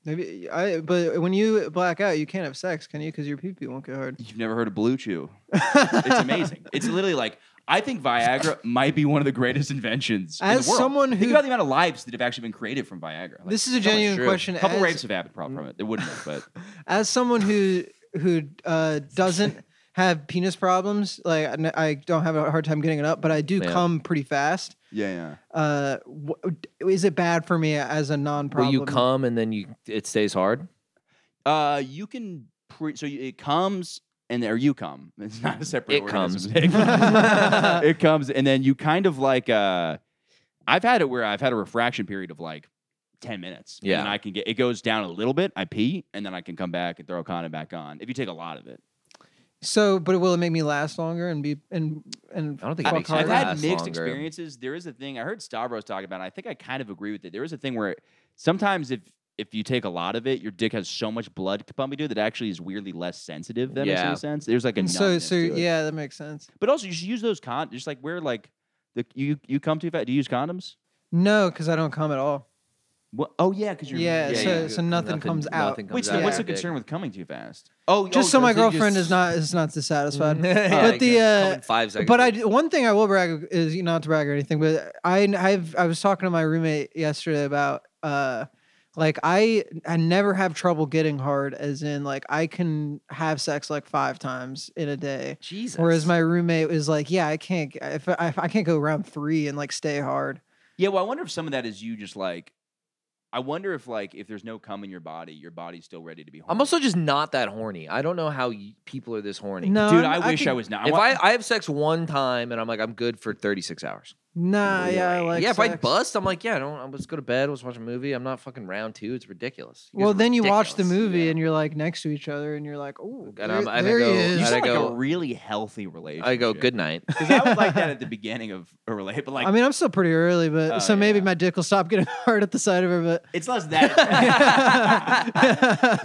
Maybe I, but when you black out, you can't have sex, can you? Because your pee pee won't get hard.
You've never heard of Blue Chew. it's amazing. It's literally like I think Viagra might be one of the greatest inventions in
As
the world.
someone
think
who-
about the amount of lives that have actually been created from Viagra. Like,
This is a
so much
genuine
true.
question.
a couple
as,
rapes have happened from from it. It wouldn't have, but
as someone who who uh, doesn't have penis problems, like I n- I don't have a hard time getting it up, but I do
Yeah.
come pretty fast.
yeah, yeah.
Uh, wh- is it bad for me as a
Will
non-problem?
you come and then you it stays hard?
Uh, you can pre- so you, it comes and or you come. It's not a separate.
It
organism.
comes.
It comes. It comes, and then you kind of like. Uh, I've had it where I've had a refraction period of like ten minutes.
Yeah.
and then I can get it goes down a little bit. I pee, and then I can come back and throw condom back on. If you take a lot of it,
So, but will it make me last longer and be and and
I don't think it
fuck
makes you
I've
harder?
last.
had mixed
longer.
experiences. There is a thing I heard Stavros talk about. And I think I kind of agree with it. There is a thing where sometimes if if you take a lot of it, your dick has so much blood pumping to it that it actually is weirdly less sensitive. That makes
Yeah.
any sense. There's like a
And Mm, so,
numbness
so
to it.
yeah, that makes sense.
But also, you should use those con. Just like wear like the you you come too fast. Do you use condoms?
No, because I don't come at all.
What? Oh yeah, because you're
Yeah,
Yeah,
so,
yeah.
so nothing, comes out.
nothing
Wait,
comes
so
out
what's the
of your dick.
concern with coming too fast? Oh,
just
oh,
so my
does it
girlfriend
just-
is not is not dissatisfied.
Yeah,
but the
come in
uh,
five seconds.
But I d- one thing I will brag is you know, not to brag or anything, but I I've I was talking to my roommate yesterday about uh like I I never have trouble getting hard as in like I can have sex like five times in a day.
Jesus.
Whereas my roommate was like, yeah, I can't g- if I, if I can't go round three and like stay hard.
Yeah, well, I wonder if some of that is you just like. I wonder if like if there's no cum in your body, your body's still ready to be.
I'm
Horny.
also just not that horny. I don't know how y- people are this horny.
No,
dude. I, wish
could-
I was not.
If I, I have sex one time and I'm like I'm good for 36 hours.
Nah, yeah, I like
yeah, if I
sex.
bust, I'm like yeah, I don't. I was go to bed. Let's watch a movie. I'm not fucking round two. It's ridiculous. You guys
Well,
are
then you watch the
ridiculous.
movie
Yeah.
and you're like next to each other and you're like, oh,
And
there,
I'm- and I
there
go-
he
you
I
is.
sound like
go-
a really healthy relationship.
I go good night.
because I was like that at the beginning of a relationship, but like
I mean, I'm still pretty early, but
Oh,
so maybe
yeah.
my dick will stop getting hard at the sight of her. But
it's less that.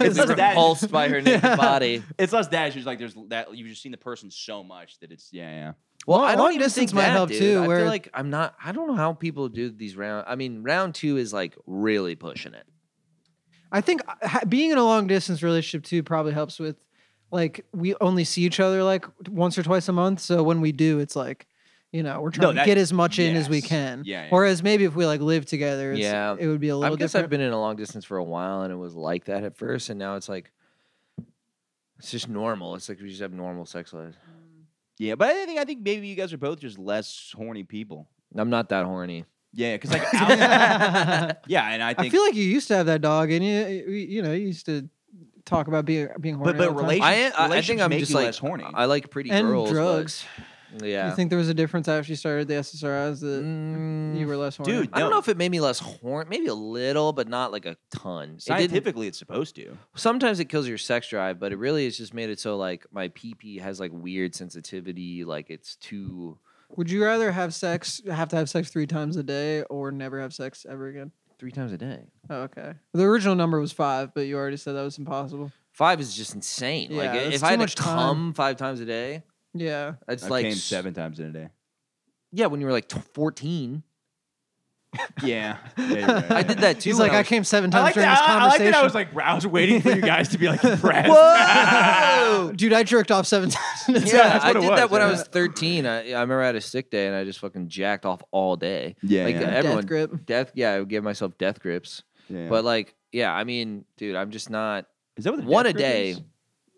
It's
It's just that-
repulsed by her naked body.
it's less that. It's just like there's that you've just seen the person so much that it's yeah yeah.
Well,
Long-
I don't
long
even
distance
think
might
that,
help,
dude.
too,
I
where-
feel like I'm not. I don't know how people do these round. I mean, round two is like really pushing it.
I think uh, ha- being in a long distance relationship too probably helps with like we only see each other like once or twice a month. So when we do, it's like you know we're trying to
that-
get as much in as we
yes.
can.
Yeah, yeah.
Whereas maybe if we like live together, it's,
Yeah.
it would be
I
a little
guess
different.
I've been in a long distance for a while, and it was like that at first, and now it's like it's just normal. It's like we just have normal sex lives.
Yeah, but I think I think maybe you guys are both just less horny people.
I'm not that horny.
Yeah, because like out- yeah, and I
I,
think
feel like you used to have that dog, and you you- you know you used to talk about being being horny.
but
all the time.
relation-
I, am- I, I think
relationships
I'm
make
just
you
like
less horny.
I like pretty
and
girls, but-
drugs.
yeah.
You think there was a difference after you started the SSRIs that
Mm,
you were less horny?
Dude,
I don't
No.
know if it made me less horny. Maybe a little, but not like a ton. It didn't-
scientifically it's supposed to.
sometimes it kills your sex drive, but it really has just made it so like my PP has like weird sensitivity, like it's too
Would you rather have sex, have to have sex three times a day, or never have sex ever again?
three times a day.
Oh, okay. The original number was five, but you already said that was impossible.
Five is just insane. like
Yeah,
i-
that's
if
too
I had
much
to
time.
come five times a day,
Yeah.
it's
I
like
came
s-
seven times in a day.
Yeah, when you were like t- fourteen,
Yeah, Yeah, you're right,
I
yeah.
did that too.
He's
when
like, I, came seven
I
times
like,
during
that,
this
I, I like
conversation.
that. I was like, I was waiting for you guys to be like impressed.
Whoa!
dude, I jerked off seven times.
Yeah,
that's
I
what it
did
was,
that when I
yeah.
was 13. I, I remember I had a sick day and I just fucking jacked off all day.
Yeah,
like
yeah.
the-
Death
everyone.
Death grip.
death- yeah, I would give myself death grips.
Yeah.
But like, yeah, I mean, dude, I'm just not.
is that what the
one
death
a
grip
day.
is?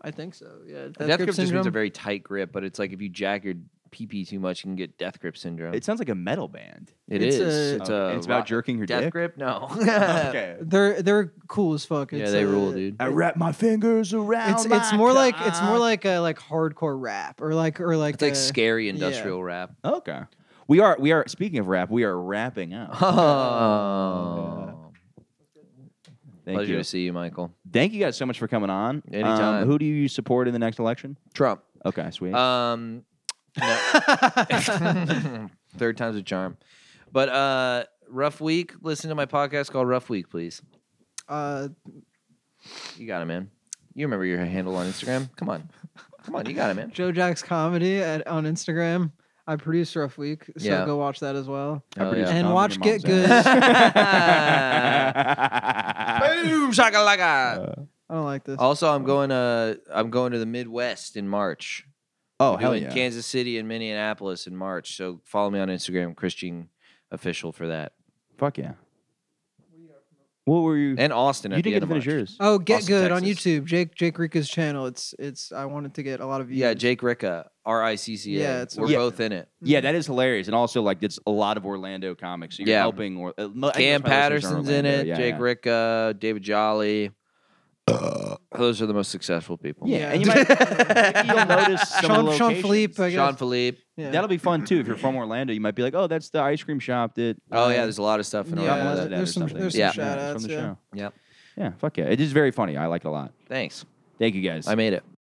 I think so. Yeah. Death,
Death, grip, just means a very tight grip, but it's like if you jack your PP too much, you can get death grip syndrome.
It sounds like a metal band.
It
it's
is.
a-
it's
Oh,
a
it's about
rock-
jerking your
death
dick.
grip. No.
okay.
they're they're cool as fuck.
Yeah,
It's,
they
uh,
rule, dude.
I wrap my fingers around.
It's it's
Oh my
more like it's more
cock.
like a like hardcore rap or like or like
It's like
a-
scary industrial rap.
Okay. We are we are speaking of rap, we are wrapping up.
Oh.
Thank
Pleasure
you.
to see you, Michael.
Thank you guys so much for coming on. Um,
Anytime.
who do you support in the next election?
Trump.
Okay, sweet.
Um, no. Third time's a charm. But uh, Rough Week, listen to my podcast called Rough Week, please.
Uh,
You got it, man. You remember your handle on Instagram? Come on. Come on, you got it, man.
Joe Jack's comedy at, on Instagram. I produce Rough Week, so
Yeah.
go watch that as well.
Oh, yeah.
produce
And
Tom
watch
your
Get
mom's
Good.
ass.
Boom, shakalaka.
I don't like this.
Uh, Also, I'm going. Uh, I'm going to the Midwest in March.
oh,
I'm
hell
doing
yeah.
Kansas City and Minneapolis in March. So follow me on Instagram, Christian Official, for that.
Fuck yeah. What were you?
And Austin.
you
at the
didn't
end
get to
of
finish
March.
yours.
Oh, Get
Austin,
Good on
Texas.
YouTube. Jake Jake Rika's channel. It's it's. I wanted to get a lot of views.
Yeah, Jake Ricca, R I C C A.
Yeah, it's-
We're
Yeah.
both in it.
Yeah, that is hilarious. And also, like, it's a lot of Orlando comics. So you're
Yeah.
helping. Or, uh, mo- I think most
Cam
of my listeners are
Patterson's in
Orlando.
it.
Yeah,
Jake
yeah.
Ricca, David Jolly. Those are the most successful people.
Yeah,
Yeah.
and you might maybe you'll notice some of
Sean
the
Sean
locations.
Philippe. I guess.
Sean Philippe.
yeah.
That'll be fun too. If you're from Orlando, you might be like, "Oh, that's the ice cream shop that."
Oh
uh,
yeah, there's a lot of stuff in
Yeah,
Rob
Orlando.
was
that-
at or
there's some-
something.
there's some
yeah.
shout-outs,
from the
yeah.
show.
Yep.
Yeah, fuck yeah, it is very funny. I like it a lot.
Thanks.
Thank you guys.
I made it.